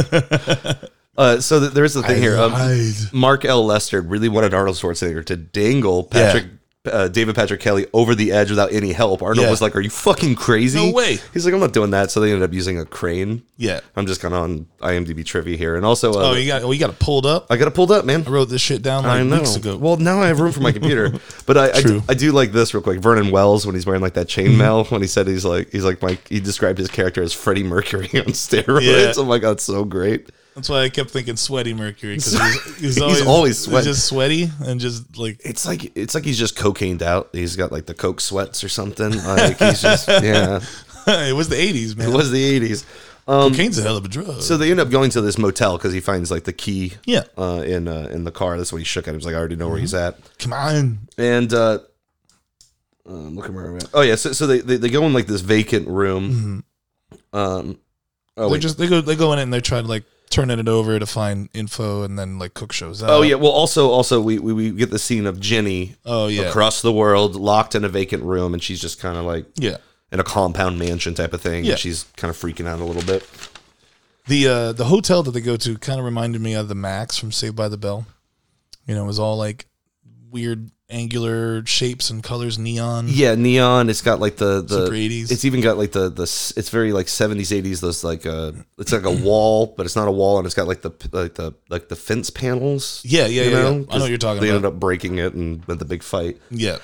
[SPEAKER 2] Uh, so th- there's the thing
[SPEAKER 1] I
[SPEAKER 2] here. Um,
[SPEAKER 1] lied.
[SPEAKER 2] Mark L. Lester really wanted Arnold Schwarzenegger to dangle Patrick, uh, David Patrick Kelly over the edge without any help. Arnold
[SPEAKER 1] Yeah.
[SPEAKER 2] was like, "Are you fucking crazy?
[SPEAKER 1] No way."
[SPEAKER 2] He's like, "I'm not doing that." So they ended up using a crane.
[SPEAKER 1] Yeah.
[SPEAKER 2] I'm just kind of on IMDb trivia here, and also, uh,
[SPEAKER 1] oh you got oh you got it pulled up
[SPEAKER 2] I got it pulled up, man.
[SPEAKER 1] i wrote this shit down like
[SPEAKER 2] I know.
[SPEAKER 1] weeks ago
[SPEAKER 2] Well, now I have room for my computer, but I, I, do, I do like this real quick. Vernon Wells when he's wearing like that chainmail when he said he's like he's like Mike. He described his character as Freddie Mercury on steroids.
[SPEAKER 1] Yeah.
[SPEAKER 2] I'm like, that's so great.
[SPEAKER 1] That's why I kept thinking sweaty Mercury because he's, he's
[SPEAKER 2] He's
[SPEAKER 1] always,
[SPEAKER 2] always sweaty.
[SPEAKER 1] just sweaty and just like
[SPEAKER 2] It's like it's like he's just cocained out. He's got like the coke sweats or something. Like he's just yeah.
[SPEAKER 1] it was the eighties, man.
[SPEAKER 2] It was the eighties. Um,
[SPEAKER 1] Cocaine's a hell of a drug.
[SPEAKER 2] So they end up going to this motel because he finds like the key.
[SPEAKER 1] Yeah.
[SPEAKER 2] Uh, in uh, in the car. That's what he shook at. He was like, I already know where he's at.
[SPEAKER 1] Come on,
[SPEAKER 2] And uh, um, look at where I'm at. Oh yeah. So, so they, they they go in like this vacant room. Um,
[SPEAKER 1] Oh, they Mm-hmm. just they go they go in and they try to like turn it over to find info, and then like Cook shows up.
[SPEAKER 2] Oh yeah. Well, also, also we, we, we get the scene of Jenny.
[SPEAKER 1] Oh, yeah.
[SPEAKER 2] Across the world, locked in a vacant room, and she's just kind of like
[SPEAKER 1] Yeah.
[SPEAKER 2] in a compound mansion type of thing.
[SPEAKER 1] Yeah.
[SPEAKER 2] And she's kind of freaking out a little bit.
[SPEAKER 1] The uh, the hotel that they go to kind of reminded me of the Max from Saved by the Bell. You know, it was all like weird angular shapes and colors, neon.
[SPEAKER 2] Yeah, neon. It's got like the the
[SPEAKER 1] Super 80s.
[SPEAKER 2] It's even got like the the. s- It's very like seventies eighties. Those like uh, it's like a wall, but it's not a wall, and it's got like the like the like the fence panels.
[SPEAKER 1] Yeah, yeah, yeah,
[SPEAKER 2] you
[SPEAKER 1] yeah. I know
[SPEAKER 2] 'Cause
[SPEAKER 1] what you're talking
[SPEAKER 2] They
[SPEAKER 1] about.
[SPEAKER 2] ended up breaking it and with the big fight.
[SPEAKER 1] Yeah.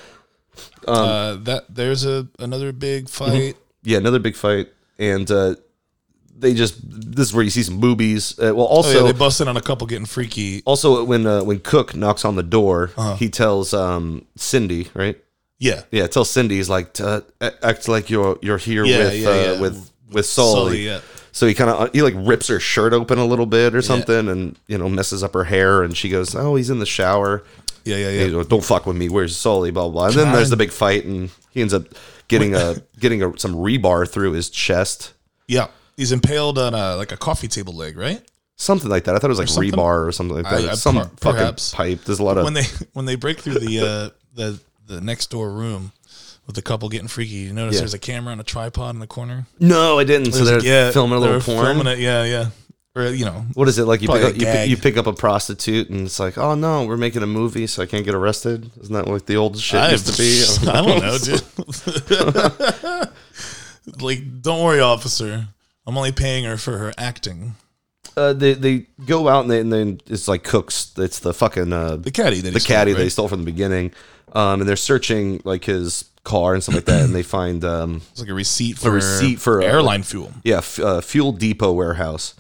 [SPEAKER 2] Um, mm-hmm.
[SPEAKER 1] uh, that there's a another big fight.
[SPEAKER 2] Yeah, another big fight, and uh, they just this is where you see some boobies. Uh, well, also
[SPEAKER 1] oh, yeah, they bust in on a couple getting freaky.
[SPEAKER 2] Also, when uh, when Cook knocks on the door,
[SPEAKER 1] Uh-huh.
[SPEAKER 2] he tells um, Cindy, right?
[SPEAKER 1] Yeah.
[SPEAKER 2] yeah. Tells Cindy, he's like, "Uh, act like you're you're here
[SPEAKER 1] Yeah,
[SPEAKER 2] with
[SPEAKER 1] yeah,
[SPEAKER 2] uh,
[SPEAKER 1] yeah.
[SPEAKER 2] with with Sully.
[SPEAKER 1] Sully, yeah.
[SPEAKER 2] So he kind of he like rips her shirt open a little bit or something, and you know messes up her hair, and she goes, "Oh, he's in the shower."
[SPEAKER 1] Yeah, yeah, yeah.
[SPEAKER 2] You know, Don't fuck with me. Where's Sully? Blah blah. blah. And then
[SPEAKER 1] God.
[SPEAKER 2] there's the big fight, and he ends up getting a getting a, some rebar through his chest,
[SPEAKER 1] Yeah, he's impaled on a like a coffee table leg, right?
[SPEAKER 2] something like that. I thought it was
[SPEAKER 1] Or
[SPEAKER 2] like
[SPEAKER 1] something?
[SPEAKER 2] rebar or something like that.
[SPEAKER 1] I-
[SPEAKER 2] It's
[SPEAKER 1] I-
[SPEAKER 2] some
[SPEAKER 1] per-
[SPEAKER 2] fucking
[SPEAKER 1] perhaps.
[SPEAKER 2] pipe. There's a lot of
[SPEAKER 1] when they when they break through the uh, the the next door room with the couple getting freaky. You notice
[SPEAKER 2] Yeah.
[SPEAKER 1] there's a camera and a tripod in the corner.
[SPEAKER 2] No, I didn't. So
[SPEAKER 1] There's
[SPEAKER 2] they're
[SPEAKER 1] a- yeah,
[SPEAKER 2] filming a
[SPEAKER 1] they
[SPEAKER 2] little
[SPEAKER 1] were
[SPEAKER 2] porn.
[SPEAKER 1] filming it, yeah, yeah. Or you know,
[SPEAKER 2] What is it like? You pick,
[SPEAKER 1] Probably
[SPEAKER 2] up,
[SPEAKER 1] a
[SPEAKER 2] you, pick,
[SPEAKER 1] gag.
[SPEAKER 2] you pick up a prostitute, and it's like, oh no, we're making a movie, so I can't get arrested. Isn't that like the old shit
[SPEAKER 1] I,
[SPEAKER 2] used to be?
[SPEAKER 1] I don't know, dude. like, don't worry, officer. I'm only paying her for her acting.
[SPEAKER 2] Uh, they they go out and, they, and then it's like cooks. It's the fucking uh, the
[SPEAKER 1] caddy that he
[SPEAKER 2] the
[SPEAKER 1] stole,
[SPEAKER 2] caddy
[SPEAKER 1] right?
[SPEAKER 2] they stole from the beginning, um, and they're searching like his car and stuff like that, and they find um,
[SPEAKER 1] It's like a receipt
[SPEAKER 2] a
[SPEAKER 1] for
[SPEAKER 2] receipt for uh,
[SPEAKER 1] airline fuel.
[SPEAKER 2] Yeah, f- uh, fuel depot warehouse.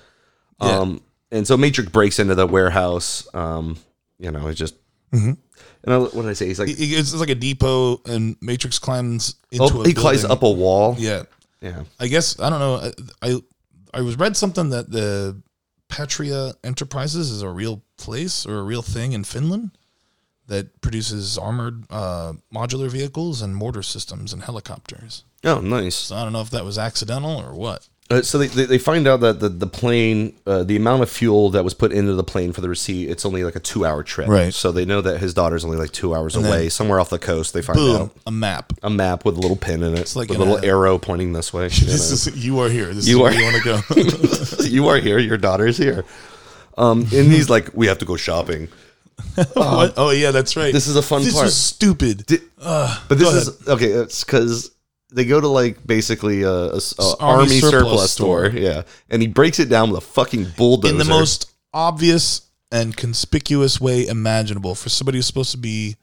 [SPEAKER 1] Yeah.
[SPEAKER 2] Um, and so Matrix breaks into the warehouse. Um, you know, it just
[SPEAKER 1] Mhm.
[SPEAKER 2] and I, what did I say? He's like
[SPEAKER 1] It- It's like a depot, and Matrix climbs into
[SPEAKER 2] Oh,
[SPEAKER 1] a
[SPEAKER 2] he climbs
[SPEAKER 1] building.
[SPEAKER 2] up a wall.
[SPEAKER 1] Yeah,
[SPEAKER 2] Yeah.
[SPEAKER 1] I guess I don't know. I I, I was read something that the Patria Enterprises is a real place or a real thing in Finland that produces armored uh, modular vehicles and mortar systems and helicopters.
[SPEAKER 2] Oh, nice.
[SPEAKER 1] So I don't know if that was accidental or what.
[SPEAKER 2] Uh, so they, they, they find out that the, the plane, uh, the amount of fuel that was put into the plane for the receipt, it's only like a two hour trip.
[SPEAKER 1] Right.
[SPEAKER 2] So they know that his daughter's only like two hours
[SPEAKER 1] And
[SPEAKER 2] away,
[SPEAKER 1] then-
[SPEAKER 2] somewhere off the coast. They find
[SPEAKER 1] Boom,
[SPEAKER 2] out
[SPEAKER 1] a map.
[SPEAKER 2] a map with a little pin in it,
[SPEAKER 1] like
[SPEAKER 2] with a
[SPEAKER 1] in
[SPEAKER 2] little
[SPEAKER 1] a-
[SPEAKER 2] arrow pointing this way. you
[SPEAKER 1] This
[SPEAKER 2] know.
[SPEAKER 1] is you are here. This
[SPEAKER 2] you are
[SPEAKER 1] is where you want to go.
[SPEAKER 2] you are here. Your daughter's here. Um, and he's like, we have to go shopping.
[SPEAKER 1] What? Oh yeah, that's right.
[SPEAKER 2] This is a fun
[SPEAKER 1] This
[SPEAKER 2] part.
[SPEAKER 1] was stupid. Ugh,
[SPEAKER 2] But this
[SPEAKER 1] Uh, go
[SPEAKER 2] is okay. It's because they go to like basically uh, a, a s- a army,
[SPEAKER 1] army
[SPEAKER 2] surplus,
[SPEAKER 1] surplus
[SPEAKER 2] store.
[SPEAKER 1] store.
[SPEAKER 2] yeah, and he breaks it down with a fucking bulldozer
[SPEAKER 1] in the most obvious and conspicuous way imaginable for somebody who's supposed to be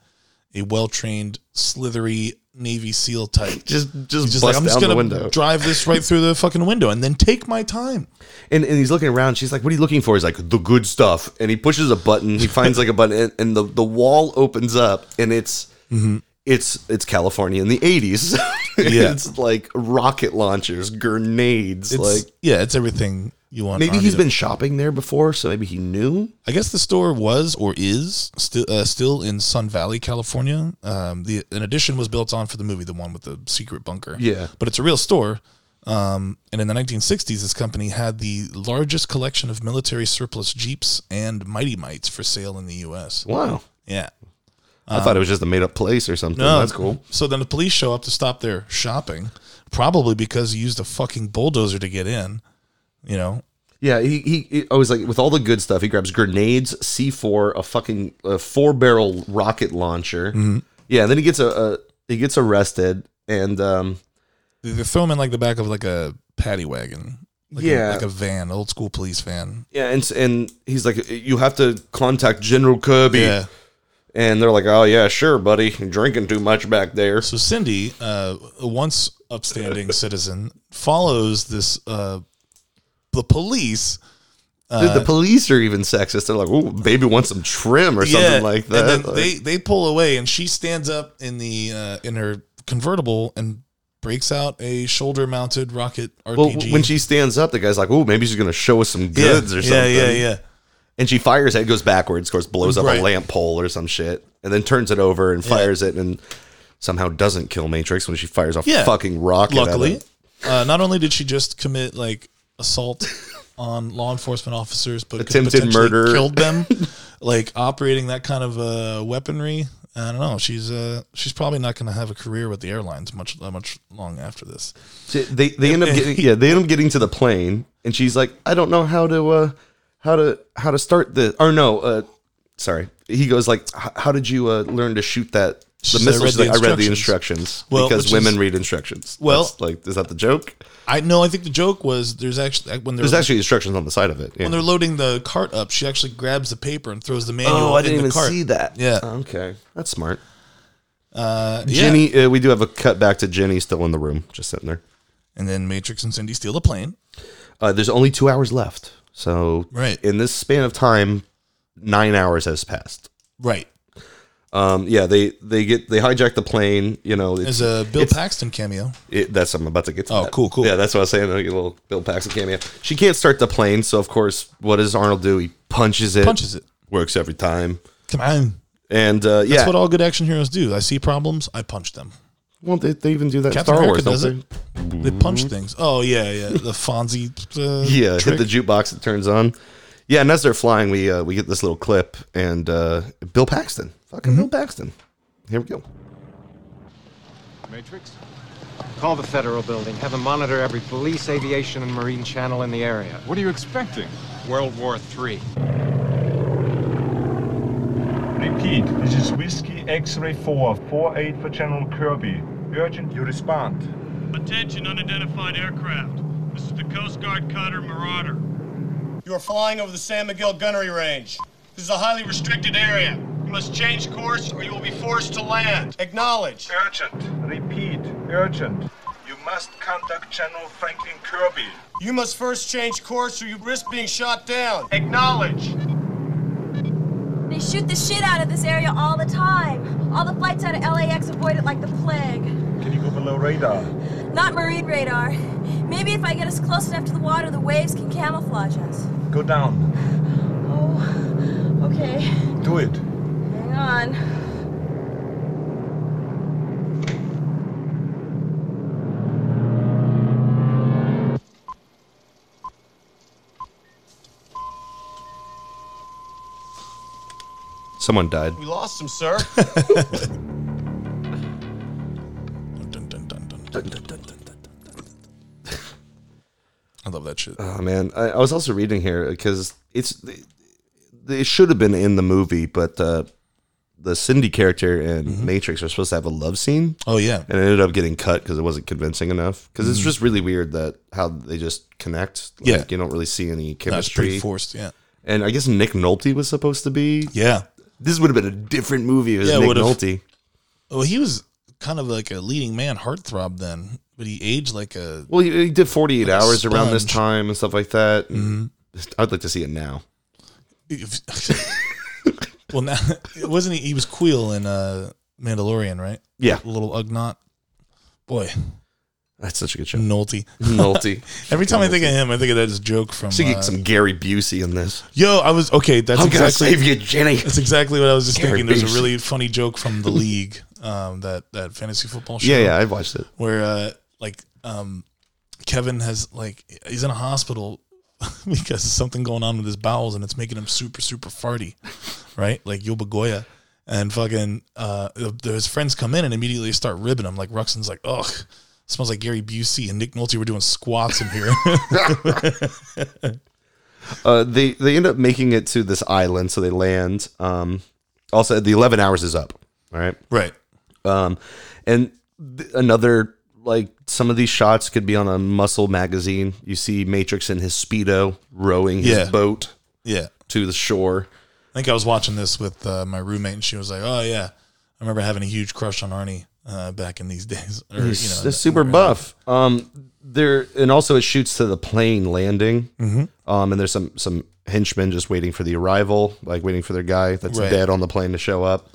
[SPEAKER 1] a well-trained, slithery Navy SEAL type.
[SPEAKER 2] Just- just
[SPEAKER 1] He's
[SPEAKER 2] bust down the window."
[SPEAKER 1] drive this right through the fucking window and then take my time.
[SPEAKER 2] And, and he's looking around. She's like, "What are you looking for?" He's like, "The good stuff." And he pushes a button. He finds like a button, and, and the the wall opens up, and it's it's it's California in the eighties.
[SPEAKER 1] Mm-hmm. Yeah.
[SPEAKER 2] it's like rocket launchers, grenades.
[SPEAKER 1] It's
[SPEAKER 2] like
[SPEAKER 1] yeah, it's everything you want.
[SPEAKER 2] maybe
[SPEAKER 1] an
[SPEAKER 2] he's
[SPEAKER 1] army
[SPEAKER 2] been
[SPEAKER 1] to-
[SPEAKER 2] shopping there before, so maybe he knew.
[SPEAKER 1] I guess the store was or is still uh, still in Sun Valley, California. Um, the an addition was built on for the movie, the one with the secret bunker.
[SPEAKER 2] Yeah.
[SPEAKER 1] but it's a real store. Um, and in the 1960s, this company had the largest collection of military surplus jeeps and mighty mites for sale in the U.S.
[SPEAKER 2] Wow,
[SPEAKER 1] Yeah,
[SPEAKER 2] I thought it was just a made up place or something.
[SPEAKER 1] no,
[SPEAKER 2] That's cool.
[SPEAKER 1] So then the police show up to stop their shopping, probably because he used a fucking bulldozer to get in. You know,
[SPEAKER 2] Yeah, he, he, he- I was like, with all the good stuff, he grabs grenades, C4, a fucking a four barrel rocket launcher.
[SPEAKER 1] Mhm.
[SPEAKER 2] Yeah, then he gets a, a he gets arrested, and um,
[SPEAKER 1] They they throw him in like the back of like a paddy wagon. Like
[SPEAKER 2] Yeah.
[SPEAKER 1] A, like a van, old school police van.
[SPEAKER 2] yeah, and and he's like, you have to contact General Kirby.
[SPEAKER 1] Yeah.
[SPEAKER 2] And they're like, oh yeah, sure, buddy, You're drinking too much back there.
[SPEAKER 1] So Cindy, uh, a once upstanding citizen, follows this uh, the police. Uh,
[SPEAKER 2] Dude, the police are even sexist. They're like, oh, baby wants some trim or something like that.
[SPEAKER 1] And then
[SPEAKER 2] Like-
[SPEAKER 1] they they pull away, and she stands up in the uh, in her convertible and breaks out a shoulder mounted rocket RPG.
[SPEAKER 2] well, when she stands up, the guy's like, oh, maybe she's gonna show us some goods or something.
[SPEAKER 1] Yeah, yeah, yeah.
[SPEAKER 2] And she fires it, goes backwards, of course, blows up a
[SPEAKER 1] Right.
[SPEAKER 2] lamp pole or some shit, and then turns it over and fires it and somehow doesn't kill Matrix when she fires a
[SPEAKER 1] Yeah.
[SPEAKER 2] fucking rocket. at
[SPEAKER 1] Luckily,
[SPEAKER 2] it.
[SPEAKER 1] Uh, not only did she just commit like assault on law enforcement officers, but could
[SPEAKER 2] Attempted
[SPEAKER 1] potentially
[SPEAKER 2] murder.
[SPEAKER 1] killed them. like operating that kind of uh, weaponry. I don't know. She's uh, she's probably not going to have a career with the airlines much uh, much long after this.
[SPEAKER 2] So they they end up getting yeah they end up getting to the plane and she's like I don't know how to uh how to how to start the or no uh sorry he goes like "H- how did you uh, learn to shoot that the
[SPEAKER 1] She said, "I
[SPEAKER 2] missile
[SPEAKER 1] read
[SPEAKER 2] She's like,
[SPEAKER 1] the
[SPEAKER 2] I read the
[SPEAKER 1] instructions."
[SPEAKER 2] instructions
[SPEAKER 1] Well,
[SPEAKER 2] because
[SPEAKER 1] which
[SPEAKER 2] women
[SPEAKER 1] is-
[SPEAKER 2] read instructions
[SPEAKER 1] Well-
[SPEAKER 2] That's, like is that the joke
[SPEAKER 1] I know. I think the joke was there's actually when they're
[SPEAKER 2] there's actually instructions on the side of it yeah.
[SPEAKER 1] when they're loading uh, the cart up, she actually grabs the paper and throws the manual.
[SPEAKER 2] oh I didn't
[SPEAKER 1] in the
[SPEAKER 2] even
[SPEAKER 1] cart.
[SPEAKER 2] see that Oh.
[SPEAKER 1] Yeah.
[SPEAKER 2] okay that's smart
[SPEAKER 1] Uh, yeah.
[SPEAKER 2] Jenny uh, we do have a cut back to Jenny still in the room just sitting there
[SPEAKER 1] and then Matrix and Cindy steal the plane.
[SPEAKER 2] uh, there's only two hours left so
[SPEAKER 1] Right.
[SPEAKER 2] in this span of time nine hours has passed
[SPEAKER 1] Right.
[SPEAKER 2] um yeah they they get they hijack the plane you know
[SPEAKER 1] There's a Bill
[SPEAKER 2] it's-
[SPEAKER 1] Paxton cameo.
[SPEAKER 2] It, that's I'm about to get to.
[SPEAKER 1] Oh,
[SPEAKER 2] that.
[SPEAKER 1] cool, cool.
[SPEAKER 2] Yeah, that's what I was saying. Like a little Bill Paxton cameo. She can't start the plane, so of course, what does Arnold do? He punches it.
[SPEAKER 1] Punches it.
[SPEAKER 2] Works every time.
[SPEAKER 1] Come on.
[SPEAKER 2] And uh, yeah,
[SPEAKER 1] That's what all good action heroes do. I see problems, I punch them.
[SPEAKER 2] well, they, they even do that in
[SPEAKER 1] Captain
[SPEAKER 2] Star
[SPEAKER 1] America
[SPEAKER 2] Wars,
[SPEAKER 1] does
[SPEAKER 2] don't
[SPEAKER 1] it. They punch things. Oh yeah, yeah. The Fonzie. Uh,
[SPEAKER 2] they? Yeah,
[SPEAKER 1] trick.
[SPEAKER 2] hit the jukebox. It turns on. Yeah, and as they're flying, we uh, we get this little clip and uh, Bill Paxton, fucking
[SPEAKER 1] Mm-hmm.
[SPEAKER 2] Bill Paxton. Here we go.
[SPEAKER 5] Matrix? Call the Federal Building. Have them monitor every police, aviation, and marine channel in the area.
[SPEAKER 10] What are you expecting?
[SPEAKER 5] World War III.
[SPEAKER 14] Repeat, this is Whiskey X-ray 4, 48 for General Kirby. Urgent, you respond.
[SPEAKER 15] Attention unidentified aircraft. This is the Coast Guard cutter Marauder.
[SPEAKER 16] You are flying over the San Miguel gunnery range. This is a highly restricted area. You must change course or you will be forced to land. Acknowledge. Urgent. Repeat. Urgent. You must contact General Franklin Kirby. You must first change course or you risk being shot down. Acknowledge.
[SPEAKER 9] They shoot the shit out of this area all the time. All the flights out of LAX avoid it like the plague.
[SPEAKER 14] Can you go below radar?
[SPEAKER 9] Not marine radar. Maybe if I get us close enough to the water, the waves can camouflage us. Oh,
[SPEAKER 14] Go down.
[SPEAKER 9] Okay,
[SPEAKER 14] Do it.
[SPEAKER 9] hang on.
[SPEAKER 2] Someone died.
[SPEAKER 16] We lost him, sir.
[SPEAKER 1] I love that shit.
[SPEAKER 2] Oh man, I, I was also reading here because it's it should have been in the movie, but uh, the Cindy character in
[SPEAKER 1] Mm-hmm.
[SPEAKER 2] Matrix are supposed to have a love scene.
[SPEAKER 1] Oh, yeah.
[SPEAKER 2] and it ended up getting cut because it wasn't convincing enough. Because it's
[SPEAKER 1] Mm.
[SPEAKER 2] just really weird that how they just connect. Like,
[SPEAKER 1] Yeah.
[SPEAKER 2] you don't really see any
[SPEAKER 1] That's
[SPEAKER 2] chemistry.
[SPEAKER 1] pretty forced, yeah.
[SPEAKER 2] and I guess Nick Nolte was supposed to be.
[SPEAKER 1] Yeah,
[SPEAKER 2] this would have been a different movie. If it was
[SPEAKER 1] Yeah, it
[SPEAKER 2] Nick
[SPEAKER 1] would've.
[SPEAKER 2] Nolte.
[SPEAKER 1] Well, he was kind of like a leading man, heartthrob then, but he aged like a.
[SPEAKER 2] Well, he, he did forty eight
[SPEAKER 1] Like a
[SPEAKER 2] hours around this
[SPEAKER 1] sponge.
[SPEAKER 2] time and stuff like that. I'd like to see it now.
[SPEAKER 1] well, now wasn't he? He was Queel in uh, Mandalorian, right?
[SPEAKER 2] Yeah.
[SPEAKER 1] little Ugnaught. Boy,
[SPEAKER 2] That's such a good show.
[SPEAKER 1] Nolte.
[SPEAKER 2] Nolte.
[SPEAKER 1] Every time I think of him, I think of that as a joke from.
[SPEAKER 2] Should
[SPEAKER 1] uh,
[SPEAKER 2] Mm-hmm. get some Gary Busey in this.
[SPEAKER 1] Yo, I was okay. That's
[SPEAKER 2] I'm gonna
[SPEAKER 1] exactly
[SPEAKER 2] save you, Jenny.
[SPEAKER 1] That's exactly what I was just
[SPEAKER 2] Gary
[SPEAKER 1] thinking. There's
[SPEAKER 2] Busey.
[SPEAKER 1] a really funny joke from the league, um, that that fantasy football show.
[SPEAKER 2] Yeah, yeah, I've watched it.
[SPEAKER 1] Where uh, like um, Kevin has like he's in a hospital because of something going on with his bowels and it's making him super super farty, right? Like Yoba Goya. And fucking, uh, the- the- his friends come in and immediately start ribbing him. Like Ruxin's like, "Ugh, smells like Gary Busey." And Nick Nolte were doing squats in here.
[SPEAKER 2] Uh, they they end up making it to this island, so they land. Um, also, the eleven hours is up. All right,
[SPEAKER 1] right.
[SPEAKER 2] Um, and th- another like some of these shots could be on a muscle magazine. You see Matrix in his speedo rowing his
[SPEAKER 1] Yeah.
[SPEAKER 2] boat.
[SPEAKER 1] Yeah.
[SPEAKER 2] to the shore.
[SPEAKER 1] I think I was watching this with uh, my roommate, and she was like, "Oh yeah, I remember having a huge crush on Arnie uh, back in these days." Or,
[SPEAKER 2] He's
[SPEAKER 1] you know,
[SPEAKER 2] a super buff. Um, there and also it shoots to the plane landing.
[SPEAKER 1] Mhm.
[SPEAKER 2] Um, and there's some some henchmen just waiting for the arrival, like waiting for their guy that's
[SPEAKER 1] Right.
[SPEAKER 2] dead on the plane to show up.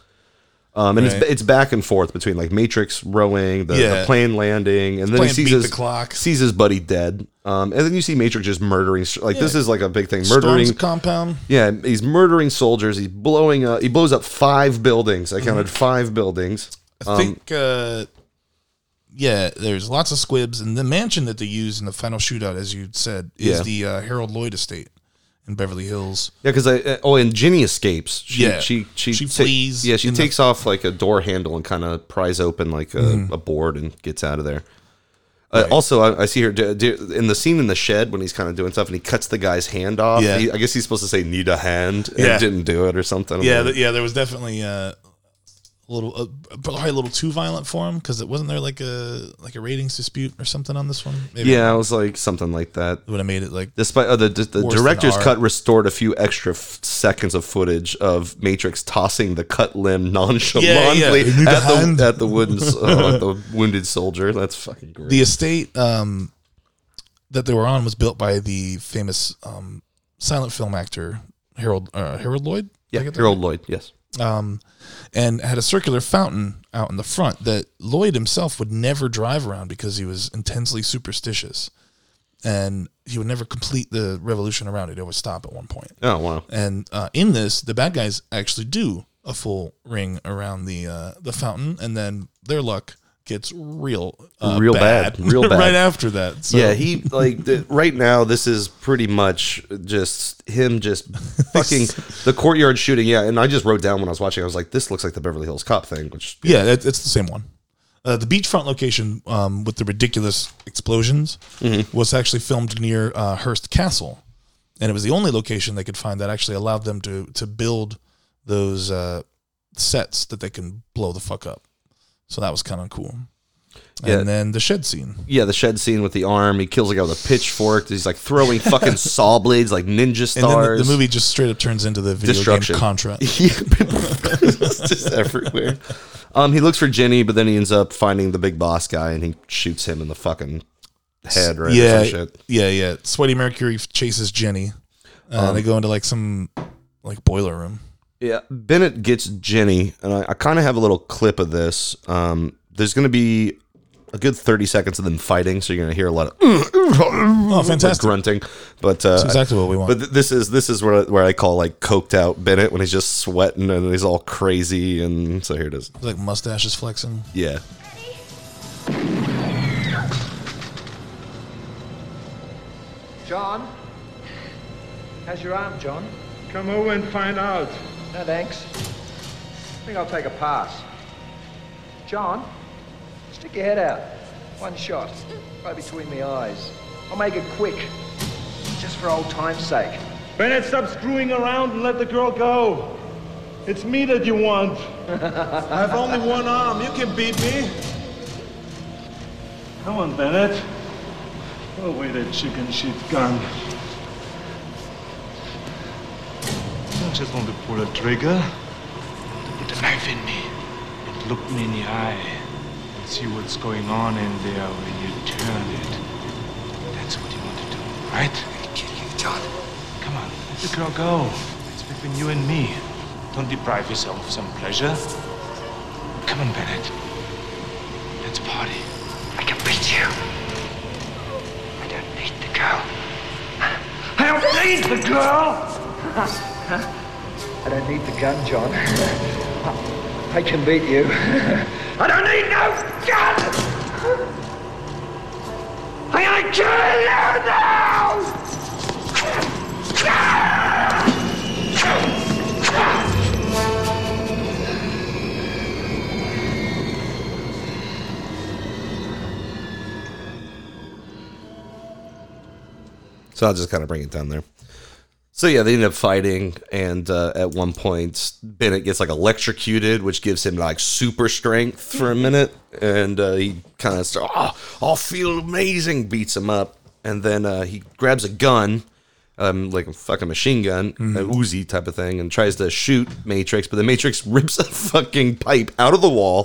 [SPEAKER 2] Um, and
[SPEAKER 1] Right.
[SPEAKER 2] it's it's back and forth between like Matrix rowing, the, the
[SPEAKER 1] Yeah.
[SPEAKER 2] plane landing, and then he
[SPEAKER 1] playing
[SPEAKER 2] sees
[SPEAKER 1] beat
[SPEAKER 2] his
[SPEAKER 1] the clock.
[SPEAKER 2] sees his buddy dead. Um, and then you see Matrix just murdering. Like this
[SPEAKER 1] Yeah.
[SPEAKER 2] is like a big thing, murdering
[SPEAKER 1] Storm's compound.
[SPEAKER 2] Yeah, he's murdering soldiers. He's blowing up. He
[SPEAKER 1] Mm-hmm. um,
[SPEAKER 2] blows up five buildings. I counted five buildings.
[SPEAKER 1] I think uh, yeah, there's lots of squibs, and the mansion that they use in the final shootout, as you said, is
[SPEAKER 2] Yeah.
[SPEAKER 1] the uh, Harold Lloyd estate in Beverly Hills.
[SPEAKER 2] Yeah, because I oh, and Ginny escapes. She,
[SPEAKER 1] Yeah.
[SPEAKER 2] she she
[SPEAKER 1] She
[SPEAKER 2] ta-
[SPEAKER 1] flees
[SPEAKER 2] Yeah, she
[SPEAKER 1] in the-
[SPEAKER 2] takes off like a door handle and kind of pries open like a,
[SPEAKER 1] Mhm.
[SPEAKER 2] a board and gets out of there. Uh, also, I, I see her do, do, in the scene in the shed when he's kind of doing stuff and he cuts the guy's hand off.
[SPEAKER 1] Yeah.
[SPEAKER 2] He- I guess he's supposed to say "need a hand" and
[SPEAKER 1] Yeah.
[SPEAKER 2] didn't do it or something. I'm
[SPEAKER 1] Yeah,
[SPEAKER 2] like,
[SPEAKER 1] th- yeah, there was definitely uh, a little, uh, probably a little too violent for him because it wasn't there like a like a ratings dispute or something on this one.
[SPEAKER 2] yeah, it was like something like that.
[SPEAKER 1] Would have made it like
[SPEAKER 2] despite uh, the the, the
[SPEAKER 1] worse than
[SPEAKER 2] director's
[SPEAKER 1] R.
[SPEAKER 2] cut restored a few extra f- seconds of footage of Matrix tossing the cut limb nonchalantly
[SPEAKER 1] Leave
[SPEAKER 2] at
[SPEAKER 1] behind.
[SPEAKER 2] the at the wooden s- uh, at the wounded soldier. That's fucking great.
[SPEAKER 1] the estate um, that they were on was built by the famous um, silent film actor Harold uh, Harold Lloyd. Did I
[SPEAKER 2] yeah,
[SPEAKER 1] get that
[SPEAKER 2] Harold
[SPEAKER 1] right?
[SPEAKER 2] Lloyd. Yes.
[SPEAKER 1] um, and had a circular fountain out in the front that Lloyd himself would never drive around because he was intensely superstitious, and he would never complete the revolution around it. It would stop at one point.
[SPEAKER 2] Oh wow.
[SPEAKER 1] And uh, in this, the bad guys actually do a full ring around the uh, the fountain, and then their luck gets real, uh,
[SPEAKER 2] real bad. real bad.
[SPEAKER 1] right after that. So.
[SPEAKER 2] Yeah, he like the, right now. This is pretty much just him, just fucking the courtyard shooting. Yeah, and I just wrote down when I was watching. I was like, this looks like the Beverly Hills Cop thing. Which
[SPEAKER 1] Yeah, it, it's the same one. Uh, the beachfront location um, with the ridiculous explosions
[SPEAKER 2] Mm-hmm.
[SPEAKER 1] was actually filmed near uh, Hearst Castle, and it was the only location they could find that actually allowed them to to build those uh, sets that they can blow the fuck up. So that was kind of cool.
[SPEAKER 2] Yeah.
[SPEAKER 1] And then the shed scene.
[SPEAKER 2] Yeah, the shed scene with the arm. He kills a guy with a pitchfork. He's like throwing fucking saw blades like ninja stars.
[SPEAKER 1] And then the- the, movie just straight up turns into the video
[SPEAKER 2] Destruction.
[SPEAKER 1] game Contra.
[SPEAKER 2] it's just everywhere. Um, he looks for Jenny, but then he ends up finding the big boss guy, and he shoots him in the fucking head, right? or some
[SPEAKER 1] Yeah,
[SPEAKER 2] shit.
[SPEAKER 1] yeah, yeah. Sweaty Mercury chases Jenny, and
[SPEAKER 2] Um,
[SPEAKER 1] they go into like some like boiler room.
[SPEAKER 2] Yeah, Bennett gets Jenny, and I, I kind of have a little clip of this. Um, there's going to be a good 30 seconds of them fighting, so you're going to hear a lot of
[SPEAKER 1] oh, Mm, fantastic.
[SPEAKER 2] grunting. But uh,
[SPEAKER 1] That's exactly what we want.
[SPEAKER 2] But th- this is this is where I- where I call like coked out Bennett when he's just sweating and he's all crazy, and so here it is.
[SPEAKER 1] Like mustaches flexing.
[SPEAKER 2] Yeah,
[SPEAKER 11] John? How's your arm, John?
[SPEAKER 14] Come over and find out.
[SPEAKER 11] No thanks. I think I'll take a pass. John, stick your head out. One shot, right between the eyes. I'll make it quick, just for old time's sake.
[SPEAKER 14] Bennett, stop screwing around and let the girl go. It's me that you want. I
[SPEAKER 10] have only one arm. You can beat me.
[SPEAKER 14] Come on, Bennett. Throw away that chicken shit gun. I just want to pull a trigger. Put a knife in me. And look me in the eye. And see what's going on in there when you turn it. That's what you want to do, right? I kill you, John. Come on, let the girl go. It's between you and me. Don't deprive yourself of some pleasure. Come on, Bennett. Let's party. I can beat you. I don't need the girl.
[SPEAKER 11] I don't need the girl! I don't need the gun, John. I can beat you. I don't need no gun! I gotta kill you now!
[SPEAKER 2] so I'll just kind of bring it down there. So yeah, they end up fighting, and uh, at one point Bennett gets like electrocuted, which gives him like super strength for a minute, and uh, he kind of starts, oh, I'll feel amazing, beats him up, and then uh, he grabs a gun, um, like a fucking machine gun, a Uzi type of thing, and tries to shoot Matrix, but the Matrix rips a fucking pipe out of the wall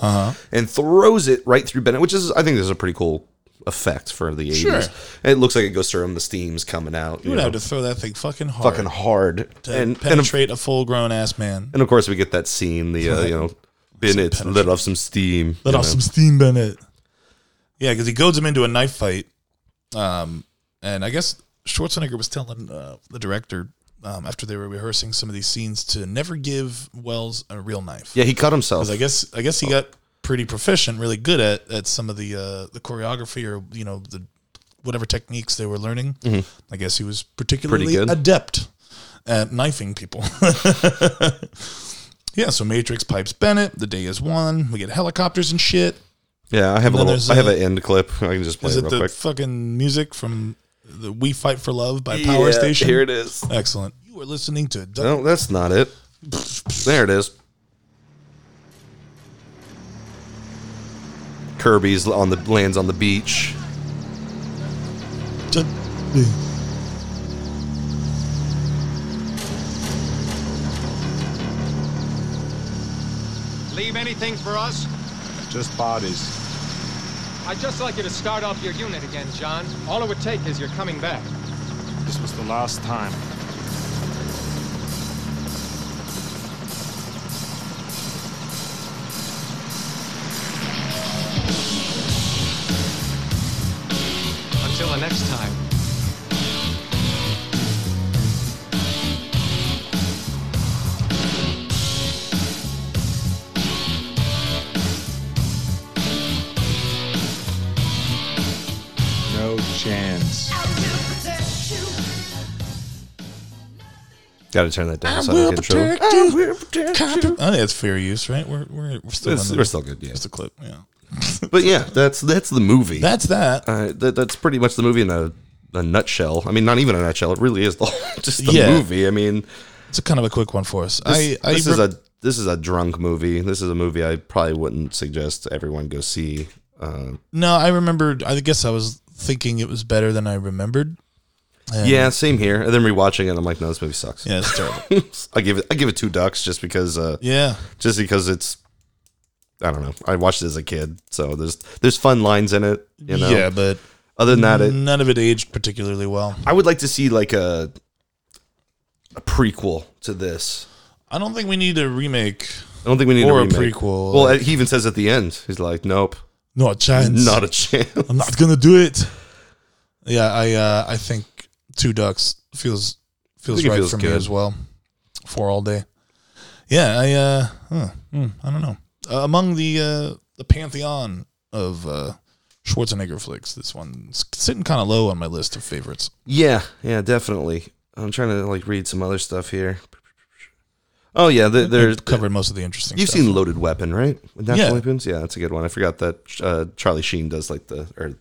[SPEAKER 2] and throws it right through Bennett, which is I think this is a pretty cool effect for the 80s.
[SPEAKER 1] Sure.
[SPEAKER 2] It looks like it goes through him, the steam's coming out.
[SPEAKER 1] You would have to throw that thing fucking hard.
[SPEAKER 2] fucking hard
[SPEAKER 1] To
[SPEAKER 2] and and,
[SPEAKER 1] penetrate a full grown ass man.
[SPEAKER 2] and of course we get that scene the uh, you know Bennett let off some steam
[SPEAKER 1] Let
[SPEAKER 2] you
[SPEAKER 1] off
[SPEAKER 2] know.
[SPEAKER 1] some steam, Bennett. Yeah, because he goads him into a knife fight. Um, and I guess Schwarzenegger was telling uh, the director um, after they were rehearsing some of these scenes to never give Wells a real knife.
[SPEAKER 2] yeah he cut himself
[SPEAKER 1] 'Cause I guess I guess he got pretty proficient, really good at at some of the uh, the choreography or you know the whatever techniques they were learning.
[SPEAKER 2] Mhm.
[SPEAKER 1] I guess he was particularly
[SPEAKER 2] good.
[SPEAKER 1] adept at knifing people. yeah, so Matrix pipes Bennett. The day is won. We get helicopters and shit.
[SPEAKER 2] Yeah, I have a
[SPEAKER 1] And then
[SPEAKER 2] little.
[SPEAKER 1] there's
[SPEAKER 2] I have
[SPEAKER 1] a-
[SPEAKER 2] an end clip. I can just play
[SPEAKER 1] Is
[SPEAKER 2] it
[SPEAKER 1] it
[SPEAKER 2] real
[SPEAKER 1] the
[SPEAKER 2] quick.
[SPEAKER 1] fucking music from the We Fight for Love by Power
[SPEAKER 2] Yeah,
[SPEAKER 1] Station?
[SPEAKER 2] here it is.
[SPEAKER 1] Excellent. You are listening to
[SPEAKER 2] No, that's not it. There it is. Kirby's on the lands on the beach.
[SPEAKER 10] Leave anything for us?
[SPEAKER 12] Just bodies.
[SPEAKER 10] I'd just like you to start up your unit again, John. All it would take is your coming back.
[SPEAKER 14] This was the last time.
[SPEAKER 5] Until the next time.
[SPEAKER 14] No chance.
[SPEAKER 2] Got to turn that down
[SPEAKER 1] I
[SPEAKER 2] so I
[SPEAKER 1] will
[SPEAKER 2] can control.
[SPEAKER 1] protect you. Copy- Oh, yeah, it's fair use, right? We're we're, we're still
[SPEAKER 2] It's-
[SPEAKER 1] on the-
[SPEAKER 2] we're still good, yeah.
[SPEAKER 1] It's a clip. Yeah.
[SPEAKER 2] But yeah, that's that's the movie.
[SPEAKER 1] That's that.
[SPEAKER 2] Uh, that that's pretty much the movie in a, a nutshell. I mean, not even a nutshell. It really is the whole- just the
[SPEAKER 1] Yeah.
[SPEAKER 2] movie. I mean,
[SPEAKER 1] It's a kind of a quick one for us.
[SPEAKER 2] This,
[SPEAKER 1] I, I
[SPEAKER 2] this
[SPEAKER 1] re-
[SPEAKER 2] is a this is a drunk movie. This is a movie I probably wouldn't suggest everyone go see. Uh,
[SPEAKER 1] no. I remembered. I guess I was thinking it was better than I remembered. And-
[SPEAKER 2] yeah, same here. And then rewatching it, I'm like, no, this movie sucks.
[SPEAKER 1] Yeah, it's terrible.
[SPEAKER 2] I give it I give it two ducks just because. Uh,
[SPEAKER 1] Yeah.
[SPEAKER 2] just because it's. I don't know. I watched it as a kid, so there's there's fun lines in it. You know?
[SPEAKER 1] Yeah, Mm. but
[SPEAKER 2] other than that, it
[SPEAKER 1] none of it aged particularly well.
[SPEAKER 2] I would like to see like a a prequel to this.
[SPEAKER 1] I don't think we need a remake.
[SPEAKER 2] I don't think we need
[SPEAKER 1] or
[SPEAKER 2] a, remake.
[SPEAKER 1] prequel.
[SPEAKER 2] Well, he even says at the end, he's like, "Nope,
[SPEAKER 1] Not a chance.
[SPEAKER 2] not a chance."
[SPEAKER 1] I'm not gonna do it. Yeah, I uh, I think two ducks feels feels
[SPEAKER 2] think it
[SPEAKER 1] right
[SPEAKER 2] feels
[SPEAKER 1] for me
[SPEAKER 2] good.
[SPEAKER 1] as well. Four all day. Yeah, I uh, huh, hmm, I don't know. Uh, among the uh, the pantheon of uh, Schwarzenegger flicks, this one's sitting kind of low on my list of favorites.
[SPEAKER 2] Yeah, yeah, definitely. I'm trying to like read some other stuff here. Oh yeah, the,
[SPEAKER 1] They're
[SPEAKER 2] there's
[SPEAKER 1] covered most of the interesting.
[SPEAKER 2] You've
[SPEAKER 1] stuff.
[SPEAKER 2] seen Loaded Weapon, right? With National
[SPEAKER 1] Yeah.
[SPEAKER 2] Weapons, yeah, that's a good one. I forgot that uh, Charlie Sheen does like the or,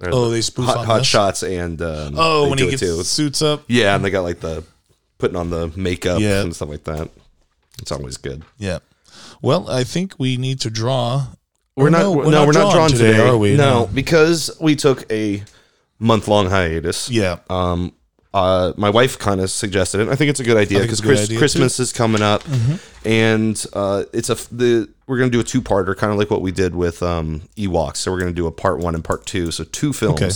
[SPEAKER 2] or
[SPEAKER 1] Oh,
[SPEAKER 2] the
[SPEAKER 1] they spoof
[SPEAKER 2] hot,
[SPEAKER 1] on
[SPEAKER 2] hot
[SPEAKER 1] this?
[SPEAKER 2] shots and um,
[SPEAKER 1] Oh,
[SPEAKER 2] they
[SPEAKER 1] when
[SPEAKER 2] do
[SPEAKER 1] he
[SPEAKER 2] it
[SPEAKER 1] gets suits up.
[SPEAKER 2] Yeah, and they got like the putting on the makeup
[SPEAKER 1] Yeah.
[SPEAKER 2] and stuff like that. It's always good.
[SPEAKER 1] Yeah. Well, I think we need to draw.
[SPEAKER 2] We're
[SPEAKER 1] Or
[SPEAKER 2] not. no, we're not drawn today,
[SPEAKER 1] are we?
[SPEAKER 2] No, because we took a month long hiatus.
[SPEAKER 1] Yeah.
[SPEAKER 2] Um. Uh. My wife kind of suggested it. I think it's a good idea
[SPEAKER 1] think it's
[SPEAKER 2] because
[SPEAKER 1] a good
[SPEAKER 2] Chris,
[SPEAKER 1] idea, too.
[SPEAKER 2] Christmas is coming up,
[SPEAKER 1] Mhm.
[SPEAKER 2] and uh, it's a f- the we're gonna do a two parter, kind of like what we did with um Ewoks. So we're gonna do a part one and part two, so two films,
[SPEAKER 1] Okay.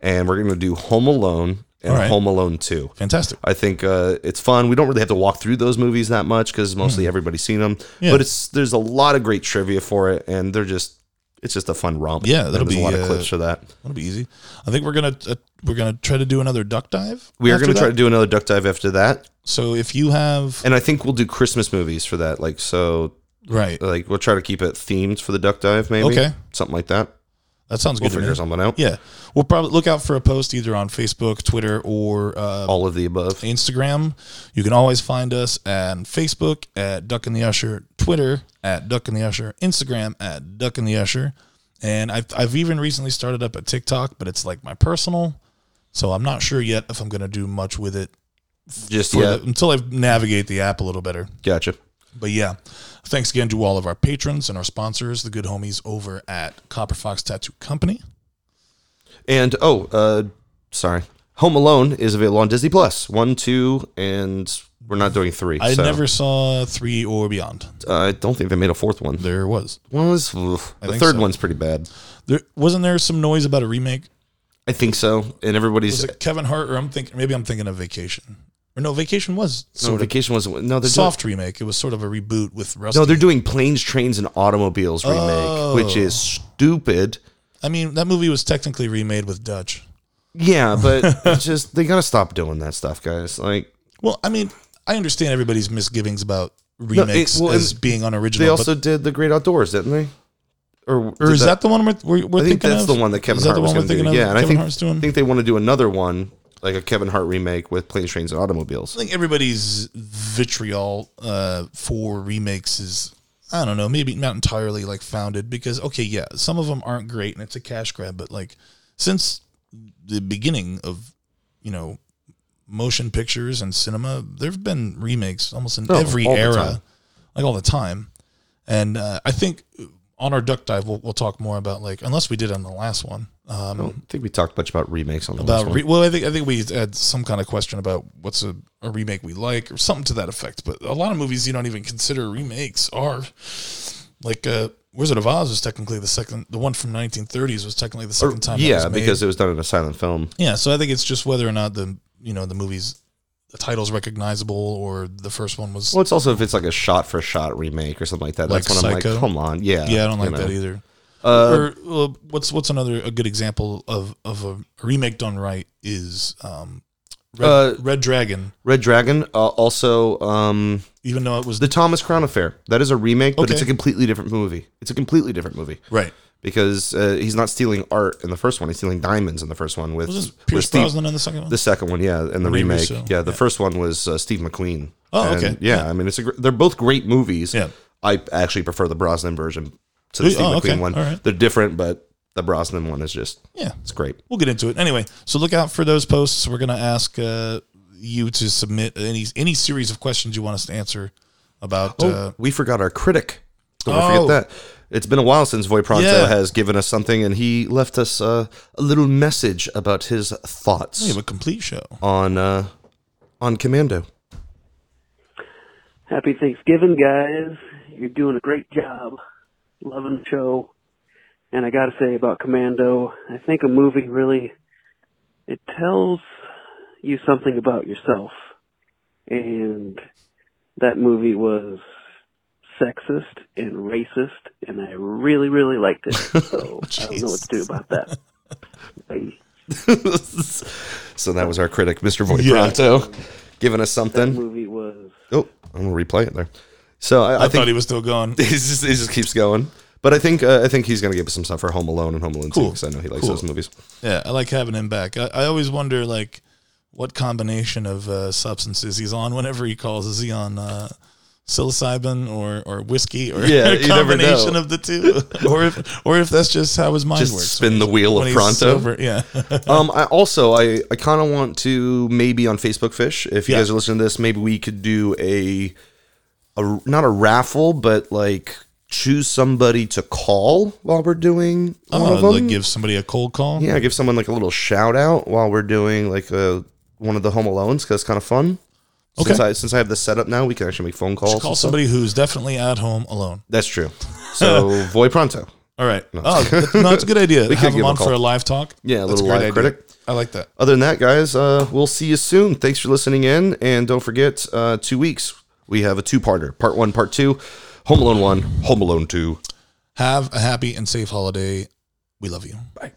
[SPEAKER 2] and we're gonna do Home Alone and
[SPEAKER 1] All right.
[SPEAKER 2] Home Alone Two.
[SPEAKER 1] Fantastic.
[SPEAKER 2] I think uh, it's fun. We don't really have to walk through those movies that much because mostly
[SPEAKER 1] Hmm.
[SPEAKER 2] everybody's seen them.
[SPEAKER 1] Yeah.
[SPEAKER 2] But it's there's a lot of great trivia for it, and they're just it's just a fun romp.
[SPEAKER 1] Yeah,
[SPEAKER 2] And
[SPEAKER 1] that'll
[SPEAKER 2] there's
[SPEAKER 1] be
[SPEAKER 2] a lot of
[SPEAKER 1] uh,
[SPEAKER 2] clips for that.
[SPEAKER 1] That'll be easy. I think we're gonna uh, we're gonna try to do another duck dive.
[SPEAKER 2] We are
[SPEAKER 1] after
[SPEAKER 2] going to try
[SPEAKER 1] that.
[SPEAKER 2] to do another duck dive after that,
[SPEAKER 1] So if you have
[SPEAKER 2] and I think we'll do Christmas movies for that. Like so,
[SPEAKER 1] right,
[SPEAKER 2] like we'll try to keep it themed for the duck dive, maybe
[SPEAKER 1] Okay.
[SPEAKER 2] something like that.
[SPEAKER 1] that sounds
[SPEAKER 2] We'll
[SPEAKER 1] good. to me.
[SPEAKER 2] figure something out.
[SPEAKER 1] Yeah, we'll probably look out for a post either on Facebook, Twitter, or uh,
[SPEAKER 2] All of the above.
[SPEAKER 1] Instagram. You can always find us on Facebook at Duck and the Usher, Twitter at Duck and the Usher, Instagram at Duck and the Usher, and I've I've even recently started up a TikTok, but it's like my personal, so I'm not sure yet if I'm gonna do much with it.
[SPEAKER 2] Just
[SPEAKER 1] for
[SPEAKER 2] yet.
[SPEAKER 1] the- until I navigate the app a little better.
[SPEAKER 2] Gotcha.
[SPEAKER 1] But yeah, thanks again to all of our patrons and our sponsors, the good homies over at Copper Fox Tattoo Company.
[SPEAKER 2] And oh, uh, sorry. Home Alone is available on Disney Plus. One, two, and we're not doing three.
[SPEAKER 1] I
[SPEAKER 2] so.
[SPEAKER 1] never saw three or beyond.
[SPEAKER 2] Uh, I don't think they made a fourth one.
[SPEAKER 1] There was.
[SPEAKER 2] One was oof.
[SPEAKER 1] I
[SPEAKER 2] the
[SPEAKER 1] think
[SPEAKER 2] third
[SPEAKER 1] so.
[SPEAKER 2] one's pretty bad.
[SPEAKER 1] There wasn't there some noise about a remake?
[SPEAKER 2] I think so. And everybody's
[SPEAKER 1] Was it Kevin Hart or I'm thinking maybe I'm thinking of Vacation. Or no, Vacation was
[SPEAKER 2] no,
[SPEAKER 1] sort of
[SPEAKER 2] vacation was no
[SPEAKER 1] a
[SPEAKER 2] they're
[SPEAKER 1] soft remake. It was sort of a reboot with
[SPEAKER 2] Doing,
[SPEAKER 1] Rusty.
[SPEAKER 2] no, they're doing planes, trains, and automobiles remake,
[SPEAKER 1] Oh.
[SPEAKER 2] which is stupid.
[SPEAKER 1] I mean, that movie was technically remade with Dutch.
[SPEAKER 2] Yeah, but it's just they gotta stop doing that stuff, guys. Like
[SPEAKER 1] Well, I mean, I understand everybody's misgivings about
[SPEAKER 2] no, it-
[SPEAKER 1] remakes
[SPEAKER 2] well,
[SPEAKER 1] as
[SPEAKER 2] and
[SPEAKER 1] being unoriginal.
[SPEAKER 2] They
[SPEAKER 1] but
[SPEAKER 2] also did the Great Outdoors, didn't they?
[SPEAKER 1] Or, or is that, the one we're, we're, we're
[SPEAKER 2] I think
[SPEAKER 1] thinking
[SPEAKER 2] that's
[SPEAKER 1] of?
[SPEAKER 2] the one that Kevin
[SPEAKER 1] is that
[SPEAKER 2] Hart
[SPEAKER 1] the
[SPEAKER 2] was
[SPEAKER 1] one
[SPEAKER 2] going
[SPEAKER 1] we're
[SPEAKER 2] to do.
[SPEAKER 1] thinking
[SPEAKER 2] Yeah,
[SPEAKER 1] of?
[SPEAKER 2] and
[SPEAKER 1] Kevin
[SPEAKER 2] I
[SPEAKER 1] Hart's
[SPEAKER 2] think,
[SPEAKER 1] doing?
[SPEAKER 2] think they want to do another one, like a Kevin Hart remake with Planes, Trains, and Automobiles.
[SPEAKER 1] I think everybody's vitriol uh, for remakes is I don't know, maybe not entirely like founded because okay, yeah, some of them aren't great and it's a cash grab, but like since the beginning of you know motion pictures and cinema, there've been remakes almost in
[SPEAKER 2] Oh,
[SPEAKER 1] every
[SPEAKER 2] all the
[SPEAKER 1] era,
[SPEAKER 2] time.
[SPEAKER 1] like all the time, and uh, I think on our duck dive we'll, we'll talk more about like unless we did on the last one.
[SPEAKER 2] I
[SPEAKER 1] Um,
[SPEAKER 2] don't think we talked much about remakes on the last
[SPEAKER 1] about
[SPEAKER 2] one.
[SPEAKER 1] re- well, I think I think we had some kind of question about what's a, a remake we like or something to that effect. But a lot of movies you don't even consider remakes are like uh, Wizard of Oz was technically the second, the one from 1930s was technically the second time.
[SPEAKER 2] yeah,
[SPEAKER 1] that was made.
[SPEAKER 2] because it was done in a silent film.
[SPEAKER 1] yeah. So I think it's just whether or not the you know the movies the title's recognizable or the first one was
[SPEAKER 2] Well, it's also if it's like a shot for shot remake or something like that.
[SPEAKER 1] like
[SPEAKER 2] that's when
[SPEAKER 1] Psycho.
[SPEAKER 2] I'm like, come on, yeah,
[SPEAKER 1] yeah. I don't
[SPEAKER 2] you
[SPEAKER 1] like that
[SPEAKER 2] know.
[SPEAKER 1] either.
[SPEAKER 2] Uh,
[SPEAKER 1] or well, what's what's another a good example of of a remake done right is um, Red,
[SPEAKER 2] Uh,
[SPEAKER 1] Red Dragon.
[SPEAKER 2] Red Dragon. Uh, also, um,
[SPEAKER 1] even though it was
[SPEAKER 2] the Thomas Crown Affair, that is a remake, but
[SPEAKER 1] Okay.
[SPEAKER 2] it's a completely different movie. It's a completely different movie,
[SPEAKER 1] Right.
[SPEAKER 2] Because uh, he's not stealing art in the first one; he's stealing diamonds in the first one with
[SPEAKER 1] Wasn't Pierce
[SPEAKER 2] with Steve-
[SPEAKER 1] Brosnan in the second one?
[SPEAKER 2] The second one, yeah, and the
[SPEAKER 1] Maybe
[SPEAKER 2] remake,
[SPEAKER 1] so,
[SPEAKER 2] yeah. The first one was uh, Steve McQueen.
[SPEAKER 1] Oh,
[SPEAKER 2] And,
[SPEAKER 1] okay.
[SPEAKER 2] Yeah, I mean, it's a gr- they're both great movies.
[SPEAKER 1] Yeah.
[SPEAKER 2] I actually prefer the Brosnan version to the
[SPEAKER 1] Oh,
[SPEAKER 2] Steve McQueen
[SPEAKER 1] okay.
[SPEAKER 2] one.
[SPEAKER 1] All right.
[SPEAKER 2] They're different, but the Brosnan one is just
[SPEAKER 1] Yeah.
[SPEAKER 2] it's great.
[SPEAKER 1] we'll get into it anyway. So look out for those posts. We're gonna ask uh, you to submit any any series of questions you want us to answer about.
[SPEAKER 2] Oh,
[SPEAKER 1] uh,
[SPEAKER 2] we forgot our critic. Don't wanna
[SPEAKER 1] Oh.
[SPEAKER 2] forget that. It's been a while since Voy Pronto
[SPEAKER 1] Yeah.
[SPEAKER 2] has given us something, and he left us uh, a little message about his
[SPEAKER 1] we
[SPEAKER 2] thoughts
[SPEAKER 1] have a complete show.
[SPEAKER 2] on uh, on Commando.
[SPEAKER 17] Happy Thanksgiving, guys. You're doing a great job. Loving the show. And I gotta say about Commando, I think a movie really, it tells you something about yourself. And that movie was sexist and racist, and I really, really liked it. So I don't know what to do about that. Bye.
[SPEAKER 2] So that was our critic, Mr. Voy
[SPEAKER 17] Yeah.
[SPEAKER 2] Pronto, giving us something.
[SPEAKER 17] That
[SPEAKER 5] Mm-hmm.
[SPEAKER 17] movie was
[SPEAKER 2] Oh, I'm gonna replay it there. So I,
[SPEAKER 1] I,
[SPEAKER 2] I, think
[SPEAKER 1] thought he was still gone.
[SPEAKER 2] he just, he just keeps going. But I think uh, I think he's gonna give us some stuff for Home Alone and Home Alone
[SPEAKER 1] Cool.
[SPEAKER 2] too, because I know he likes
[SPEAKER 1] Cool.
[SPEAKER 2] those movies.
[SPEAKER 1] Yeah, I like having him back. I, I always wonder like what combination of uh, substances he's on whenever he calls. Is he on uh, psilocybin or or whiskey or
[SPEAKER 2] Yeah,
[SPEAKER 1] a
[SPEAKER 2] you never know.
[SPEAKER 1] combination of the two, or if or if that's just how his mind
[SPEAKER 2] Just
[SPEAKER 1] works.
[SPEAKER 2] spin the wheel
[SPEAKER 1] when
[SPEAKER 2] of
[SPEAKER 1] he's
[SPEAKER 2] Pronto.
[SPEAKER 1] sober, yeah.
[SPEAKER 2] um, I also I, I kind of want to maybe on Facebook Fish, if you
[SPEAKER 1] Yeah.
[SPEAKER 2] guys are listening to this, maybe we could do a, a not a raffle, but like choose somebody to call while we're doing one
[SPEAKER 1] Oh,
[SPEAKER 2] of them.
[SPEAKER 1] like give somebody a cold call.
[SPEAKER 2] yeah, give someone like a little shout out while we're doing like a, one of the Home Alones because it's kind of fun.
[SPEAKER 1] Okay.
[SPEAKER 2] Since I, since I have this set up now, we can actually make phone calls.
[SPEAKER 1] Should call
[SPEAKER 2] and stuff.
[SPEAKER 1] somebody who's definitely at home alone.
[SPEAKER 2] That's true. So voy pronto.
[SPEAKER 1] All right.
[SPEAKER 2] No.
[SPEAKER 1] Oh, that- no, it's a good idea.
[SPEAKER 2] We could
[SPEAKER 1] Have
[SPEAKER 2] give
[SPEAKER 1] him
[SPEAKER 2] him a
[SPEAKER 1] on for
[SPEAKER 2] call.
[SPEAKER 1] a live talk.
[SPEAKER 2] Yeah, a
[SPEAKER 1] That's
[SPEAKER 2] little
[SPEAKER 1] great
[SPEAKER 2] live
[SPEAKER 1] idea.
[SPEAKER 2] critic.
[SPEAKER 1] I like that.
[SPEAKER 2] Other than that, guys, uh, we'll see you soon. Thanks for listening in, and don't forget, uh, two weeks we have a two-parter: part one, part two, Home Alone one, Home Alone two.
[SPEAKER 1] Have a happy and safe holiday. We love you. Bye.